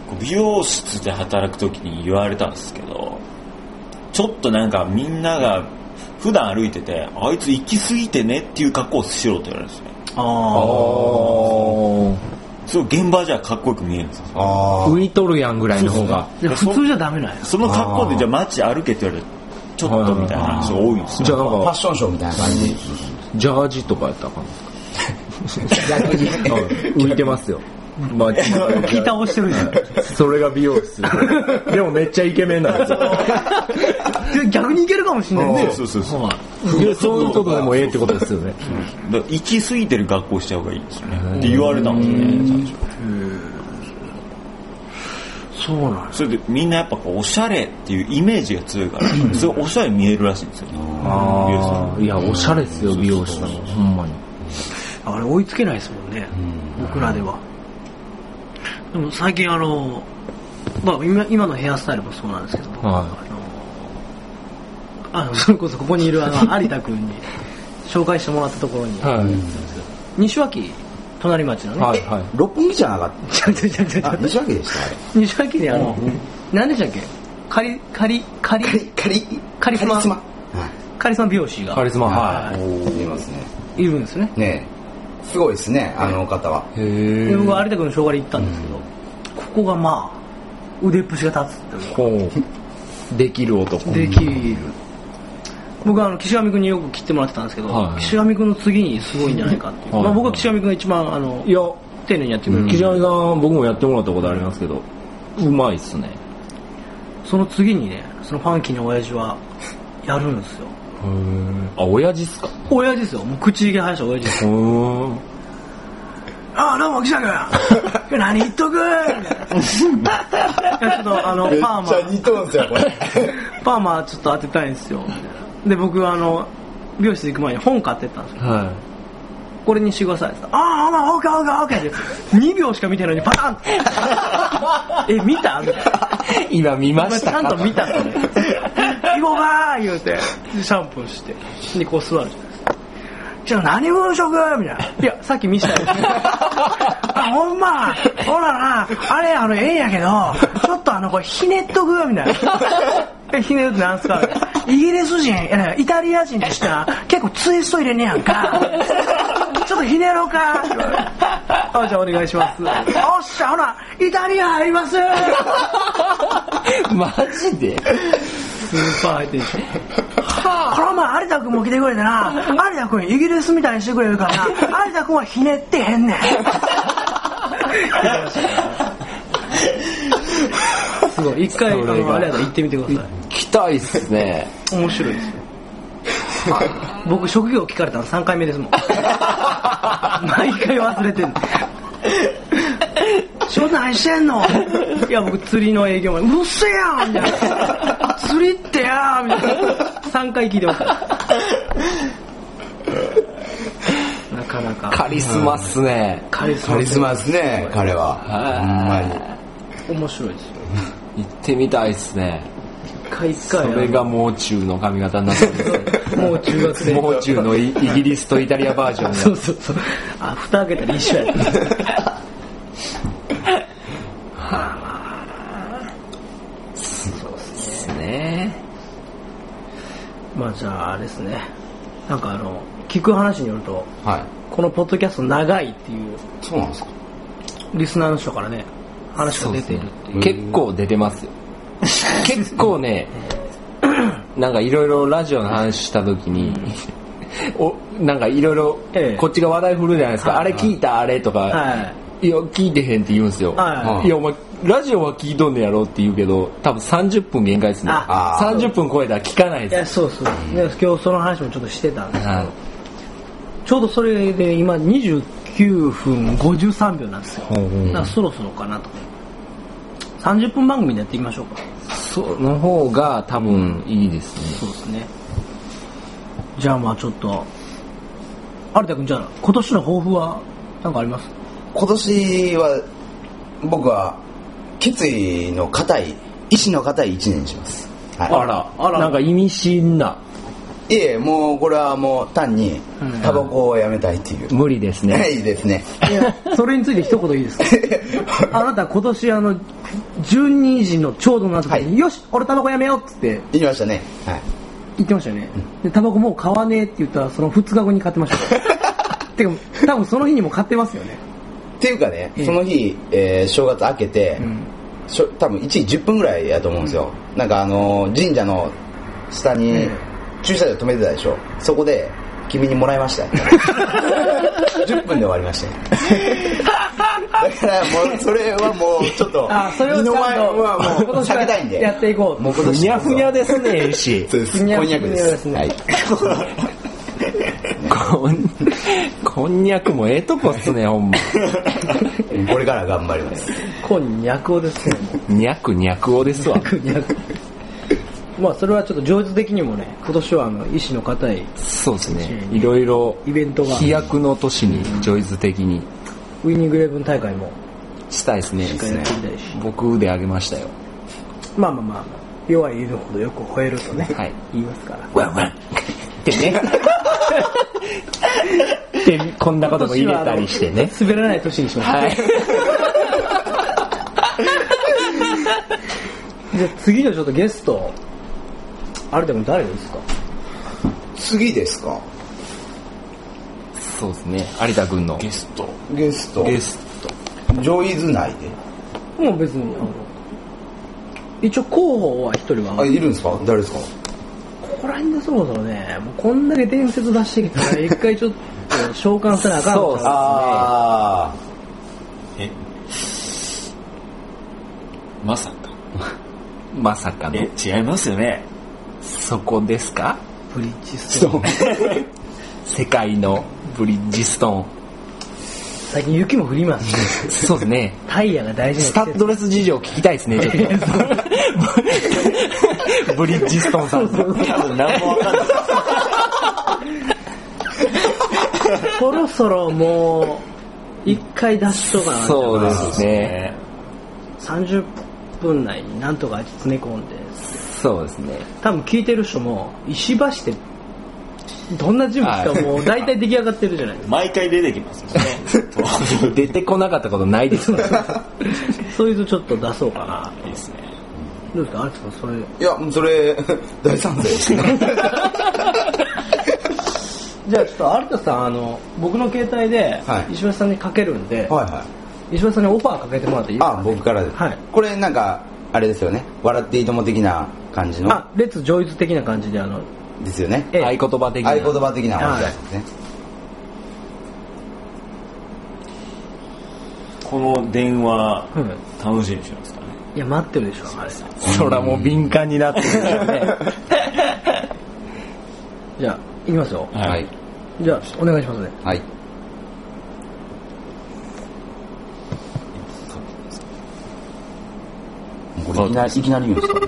Speaker 3: こう美容室で働く時に言われたんですけどちょっとなんかみんなが普段歩いててあいつ行き過ぎてねっていう格好をしろって言われるんですね
Speaker 1: あ
Speaker 2: おー
Speaker 3: それを現場じゃかっこよく見えるんですよ
Speaker 4: あー
Speaker 2: 浮いとるやんぐらいの方が。
Speaker 1: あ普通じゃダメなんや
Speaker 3: その格好でじゃあ街歩けって言われるちょっとみたいな話が多いんです
Speaker 2: じゃあ
Speaker 3: よ
Speaker 2: な
Speaker 4: フ
Speaker 2: ん
Speaker 4: ァッ
Speaker 2: か、
Speaker 4: ションショーみたいな感じ。
Speaker 2: ジャージとかやったらあかんですか逆に。うん 浮いてますよ。 まあ、
Speaker 1: 聞い倒してるじゃん
Speaker 2: それが美容室。でもめっちゃイケメンなんですよ。
Speaker 1: で逆にいけるかもしんないね
Speaker 3: ねそうそうそう
Speaker 2: いやそういうことでもええってことですよね。
Speaker 3: だから行き過ぎてる学校しちゃう方がいいんですよねって言われたもんね最初
Speaker 1: そうなんや
Speaker 3: それでみんなやっぱこうおしゃれっていうイメージが強いからそれおしゃれに見えるらしいんですよ美容室
Speaker 2: ああ、いや、おしゃれっすよ、美容師さん。ほんまに。
Speaker 1: あれ追いつけないですもんね僕らではでも最近あのまあ今今のヘアスタイルもそうなんですけど
Speaker 2: は
Speaker 1: あのそれこそここにいるあ の有田君に紹介してもらったところに
Speaker 2: い。はい。
Speaker 1: 西脇隣町のね、
Speaker 2: はい。はい。
Speaker 4: 六本木じゃなかっ
Speaker 1: ちょちょちょちょ
Speaker 4: た。あ、西脇でした、あれ。
Speaker 1: 西脇にあの、何でしたっけカリ、カリ、カリ、
Speaker 4: カリ、
Speaker 1: カリスマ
Speaker 4: カリスマ。
Speaker 1: カリスマ美容師
Speaker 2: カ
Speaker 1: が
Speaker 2: リスマ、
Speaker 4: は。
Speaker 2: はいい。
Speaker 4: おーいますね。
Speaker 1: いるんですね。
Speaker 4: ねえすごいですね、あの方は。
Speaker 2: へ
Speaker 1: で、僕
Speaker 2: ー
Speaker 1: は有田君の紹介で行ったんですけど、ここがまあ、腕っぷしが立つっていうか
Speaker 2: こう、できる男。
Speaker 1: できる。僕はあの、岸上君によく切ってもらってたんですけど、
Speaker 2: はい
Speaker 1: 岸上君の次にすごいんじゃないかっていう。
Speaker 2: はい
Speaker 1: まあ僕は岸上君が一番、あの、
Speaker 2: いや、
Speaker 1: 丁寧にやってくれる。
Speaker 2: 木島さん、僕もやってもらったことありますけど、うまいっすね。
Speaker 1: その次にね、そのファンキーの親父は、やるんですよ。
Speaker 2: あ、親父っすか
Speaker 1: 親父ですよ。もう口ひげ生やした親父 です
Speaker 2: うーん。
Speaker 1: ああ、どうも、記者君。何言っとくみたいな。ちょっと、あの、パ
Speaker 4: め
Speaker 1: ー
Speaker 4: っち
Speaker 1: マ、
Speaker 4: ゃ似とんすよ、これ。
Speaker 1: パーマちょっと当てたいんですよ。みたいなで、僕、あの、美容室行く前に本買ってったんですよ。
Speaker 2: は
Speaker 1: これにしてくださいって言ったらあーあまあオーケーオーケーオーケーって2秒しか見てないのにパターンって え見たみたいな
Speaker 2: 今見ました
Speaker 1: ちゃんと見たのね行こうかー言うてでシャンプーしてでこう座るじゃないですかじゃあ何分食みたいな。いや、さっき見せたよ。あ、ほんまほらな、あれ、あの、ええんやけど、ちょっとあの、これ、ひねっとくみた いな。え、ひねるってなんすかイギリス人、いやイタリア人でしたら、結構ツイスト入れんねやんか。ちょっとひねろうか。 あ、じゃあお願いします。おっしゃ、ほら、イタリア入ります
Speaker 2: マジで
Speaker 1: スーパー相手に。この前有田君も来てくれてな有田君イギリスみたいにしてくれるからな有田君はひねってへんねん
Speaker 5: すごい。一回、あの、あれやな、行ってみてくださ
Speaker 2: 来たいっすね。
Speaker 1: い面白いですよ僕職業聞かれたの3回目ですもん 毎回忘れてん の仕事何してんのいや僕釣りの営業までうっせえやんみたいな釣りってやーみたいな3回聞いてましたなかなか
Speaker 2: カリスマっすね。
Speaker 1: カリス
Speaker 4: カ
Speaker 1: マ
Speaker 4: リスマですね、彼は。ほんまに。
Speaker 1: 面白いですよ
Speaker 2: 行ってみたいっすね。
Speaker 1: 一回一
Speaker 2: そ
Speaker 1: 回
Speaker 2: れがもう中の髪型になってます
Speaker 1: もう中学生
Speaker 2: もう中のイイギリスとイタリアバージョン
Speaker 1: そうそうそう。あ、蓋開けたら一緒やった。
Speaker 2: ですね。
Speaker 1: まあじゃああれですね。なんかあの、聞く話によると、
Speaker 4: は
Speaker 1: このポッドキャスト長いっていう
Speaker 4: い。そうなんですか
Speaker 1: リスナーの人からね、話が出ている。
Speaker 2: 結構出てますよ。結 構ね、なんかいろいろラジオの話した時に、おなんかいろいろ
Speaker 1: ええ
Speaker 2: こっちが話題振るじゃないですか、
Speaker 1: はいはい
Speaker 2: あれ聞いたあれとか、、
Speaker 1: はい
Speaker 2: や聞いてへんって言うんですよ、
Speaker 1: はい
Speaker 2: いやお前ラジオは聞いとんねやろって言うけど多分30分限界ですね
Speaker 1: あ
Speaker 2: 30分超えたら聞かない
Speaker 1: い。いや、
Speaker 2: です
Speaker 1: そうそう。で今日その話もちょっとしてたんですけ
Speaker 2: はい
Speaker 1: ど、ちょうどそれで今29分53秒なんですよ。だからそろそろかなと。30分番組でやっていきましょうか。
Speaker 2: その方が多分いいですね
Speaker 1: そうですね。じゃあまあちょっと、有田君じゃあ今年の抱負は何かあります
Speaker 4: 今年は、僕は、決意の固い、意志の固い一年にします。はい。
Speaker 2: あらあらなんか意味深ない
Speaker 4: え、もうこれはもう単に、タバコをやめたいっていう。
Speaker 2: 無理ですね
Speaker 4: いいですね。
Speaker 1: いや、それについて一言いいですか あなた今年あの、12時のちょうどの時に、
Speaker 4: はい
Speaker 1: よし、俺タバコやめようっつって
Speaker 4: 言いましたね。はい。
Speaker 1: 言ってましたよね。で、タバコもう買わねえって言ったら、その2日後に買ってま したよ。てか、多分その日にも買ってますよね。
Speaker 4: っていうかね、
Speaker 1: ええ
Speaker 4: その日、えー正月明けて、しょ多分1時10分ぐらいやと思うんですよ、なんかあのー神社の下に
Speaker 1: え
Speaker 4: 駐車場止めてたでしょそこで君にもらいました 10分で終わりましただからもうそれはもうちょっと
Speaker 1: あ、それをちゃんと、
Speaker 4: 二の舞はもう
Speaker 1: 今年
Speaker 4: 避けたいん
Speaker 1: は
Speaker 4: で
Speaker 1: やっていこう。
Speaker 4: もう今
Speaker 2: ふ
Speaker 4: 年
Speaker 2: にゃふにゃですねえし
Speaker 4: そうですこんにゃくです
Speaker 1: ふに
Speaker 4: は
Speaker 1: ゃふ
Speaker 4: い
Speaker 1: にゃ
Speaker 2: こんこんにゃくもええとこっ すねほんま
Speaker 4: これから頑張ります
Speaker 1: こんにゃくをですね。
Speaker 2: にゃくにゃくおですわ
Speaker 1: まあそれはちょっと情緒的にもね、今年はあの、医師の方へ
Speaker 2: そうですねいろいろ
Speaker 1: イベントが
Speaker 2: 飛躍の年にジョイズ的に
Speaker 1: ウィニングイレブン大会も
Speaker 2: したいですね
Speaker 1: やってみたいし、
Speaker 2: 僕であげましたよ
Speaker 1: まあまあまあ、弱い犬ほどよく吠えるとね、
Speaker 2: はい
Speaker 1: 言いますから。
Speaker 2: ワンワンって ねでこんなことも入れたりしてね
Speaker 1: 滑らない年にしましょう。
Speaker 2: はい
Speaker 1: じゃあ次のちょっとゲスト、あれでも誰ですか
Speaker 4: 次ですか
Speaker 2: そうですね有田君のゲスト
Speaker 4: ゲスト
Speaker 2: ゲス
Speaker 4: 上位図内で
Speaker 1: もう別に、あの、一応候補は一人は、
Speaker 4: あいるんですか誰ですか
Speaker 1: ここら辺でそもそもね、もうこんだけ伝説出してきたら、 一回ちょっと召喚せなあかんのかな
Speaker 4: ああ
Speaker 3: えまさか。
Speaker 2: トまさかの
Speaker 3: え、違いますよね。
Speaker 2: そこですか
Speaker 1: ブリッジストーン。
Speaker 2: 世界のブリッジスト
Speaker 1: 最近雪も降りますし、
Speaker 2: ーンそうですね
Speaker 1: タイヤが大事な
Speaker 2: スタッドレス事情聞きたいですねちょ っとブリッジストーンさんの
Speaker 3: 多分何もわかんない。
Speaker 1: そろそろもう、一回出しとかな
Speaker 2: そうですね。
Speaker 1: 30分内になんとか詰め込んで、
Speaker 2: そうですね。
Speaker 1: 多分聞いてる人も、石橋って、どんな人物かもう大体出来上がってるじゃないで
Speaker 3: 毎回出てきますもんね
Speaker 2: 出てこなかったことない です。
Speaker 1: すか。 そういうのちょっと出そうかな。
Speaker 3: いいですね
Speaker 1: どうですか、あれそれ。
Speaker 4: いや、もうそれ、 大賛成 ですね。
Speaker 1: じゃあちょっと有田さん、あの、僕の携帯で
Speaker 4: は、い
Speaker 1: 石橋さんにかけるんで、
Speaker 4: はいは
Speaker 1: 石橋さんにオファーかけてもらっていい
Speaker 4: い。
Speaker 1: です
Speaker 4: あ
Speaker 1: か、
Speaker 4: 僕からです。
Speaker 1: はい
Speaker 4: これなんか、あれですよね。笑っていいとも的な感じの。
Speaker 1: あ、レッツジョイズ的な感じで、あの、
Speaker 4: ですよね。
Speaker 1: ええ
Speaker 2: 合言葉的
Speaker 4: 合言
Speaker 2: に。
Speaker 4: 葉的な話ですね。
Speaker 3: この電話
Speaker 1: うん
Speaker 3: 楽しみにしてますからね
Speaker 1: いや、待ってるでしょ、あれ。
Speaker 2: そらもう敏感になってるでしょうね。
Speaker 1: じゃあ、いきますよ。
Speaker 4: はい。
Speaker 1: じゃあ、お願いしますね。
Speaker 4: はい。これいきなり、いきなり言うんですか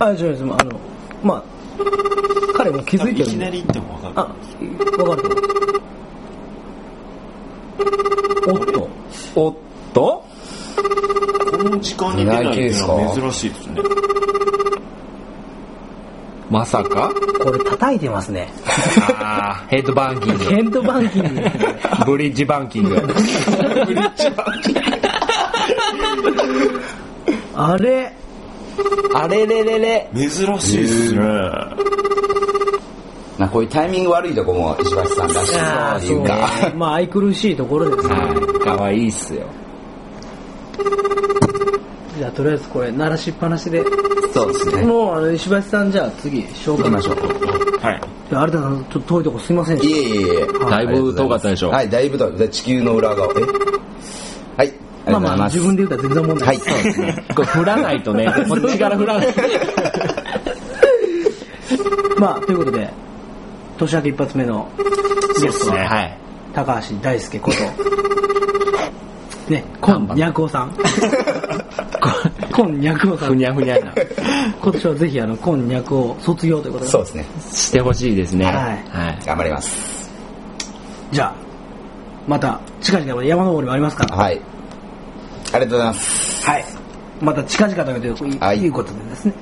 Speaker 1: あ、大丈夫です。あの、まあ、彼も気づいてる
Speaker 3: いき
Speaker 1: ん
Speaker 3: な
Speaker 1: で。
Speaker 3: り行っても分
Speaker 1: あ、
Speaker 3: か
Speaker 1: わかる。おっと。
Speaker 2: おっと
Speaker 3: るこの時間に出ないっていうのは珍しいですね
Speaker 2: まさか
Speaker 1: これ叩いてますね。
Speaker 2: あーヘッドバンキン
Speaker 1: ケ
Speaker 2: グ。
Speaker 1: ントバンキング。
Speaker 2: ブリッジバンキング。
Speaker 1: あれ、
Speaker 2: あれれれれ。
Speaker 3: 珍しいですね
Speaker 4: なんかこういうタイミング悪いとこも石橋さんらしいなっていうか。
Speaker 1: ねまあ、愛くるしいところですね。
Speaker 2: はい。かわいいっすよ。
Speaker 1: じゃあ、とりあえずこれ、鳴らしっぱなしで。
Speaker 4: そうですね。
Speaker 1: もう、あの、石橋さん、じゃあ次、紹
Speaker 4: 行き
Speaker 1: 介
Speaker 4: ま
Speaker 1: し
Speaker 4: し
Speaker 1: ょ
Speaker 4: ょ
Speaker 1: う。
Speaker 4: う。
Speaker 3: はい
Speaker 1: じゃあ、有田さん、ちょっと遠いとこすいませんで
Speaker 4: い
Speaker 1: し
Speaker 4: えいえいえ。
Speaker 2: だいぶ遠かったでしょ
Speaker 4: はい、だいぶ遠い。じゃあ地球の裏側。えはい。あ
Speaker 1: た。ま
Speaker 4: り
Speaker 1: あ
Speaker 4: がとうござい
Speaker 1: まあ、
Speaker 4: ます。
Speaker 1: 自分で言ったら全然問題な
Speaker 4: は。
Speaker 1: いい。
Speaker 4: そうですね。
Speaker 2: これ振らないとね、 こっちから振らない。
Speaker 1: まあ、ということで、年明け一発目の
Speaker 3: そうですね
Speaker 2: はい。
Speaker 1: 高橋大輔こと、ね、コン・ニャクオさん。コン・ニャクオさ
Speaker 2: ふ
Speaker 1: ん。
Speaker 2: にゃふにゃな。
Speaker 1: 今年はぜひ、あの、コン・ニャクオ卒業ということで。
Speaker 4: そうですね。
Speaker 2: してほしいですね。
Speaker 1: はい
Speaker 2: はい。
Speaker 4: 頑張ります。
Speaker 1: じゃあ、また、近々まで山登りもありますから。
Speaker 4: はい。ありがとうございます。
Speaker 1: はい。また近々というという,、
Speaker 4: はい
Speaker 1: い、うことで ですね。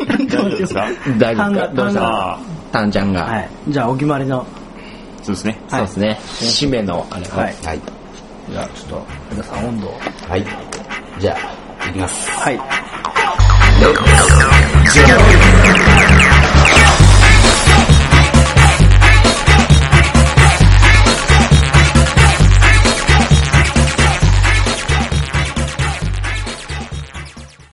Speaker 3: 大丈夫で すか
Speaker 2: 大丈夫
Speaker 1: 単
Speaker 2: です
Speaker 1: が
Speaker 2: かどうし
Speaker 1: 単
Speaker 2: た
Speaker 3: あ
Speaker 2: タンちゃんが。
Speaker 1: はい。じゃあ、お決まりの、
Speaker 3: そうですね
Speaker 2: そうですね。締めの、あれ
Speaker 1: は。
Speaker 2: はい
Speaker 4: はい。
Speaker 1: じゃあ、ちょっと、皆さん温度を。
Speaker 4: はい。じゃあ、行きます。
Speaker 1: はい。
Speaker 4: レッツジョイ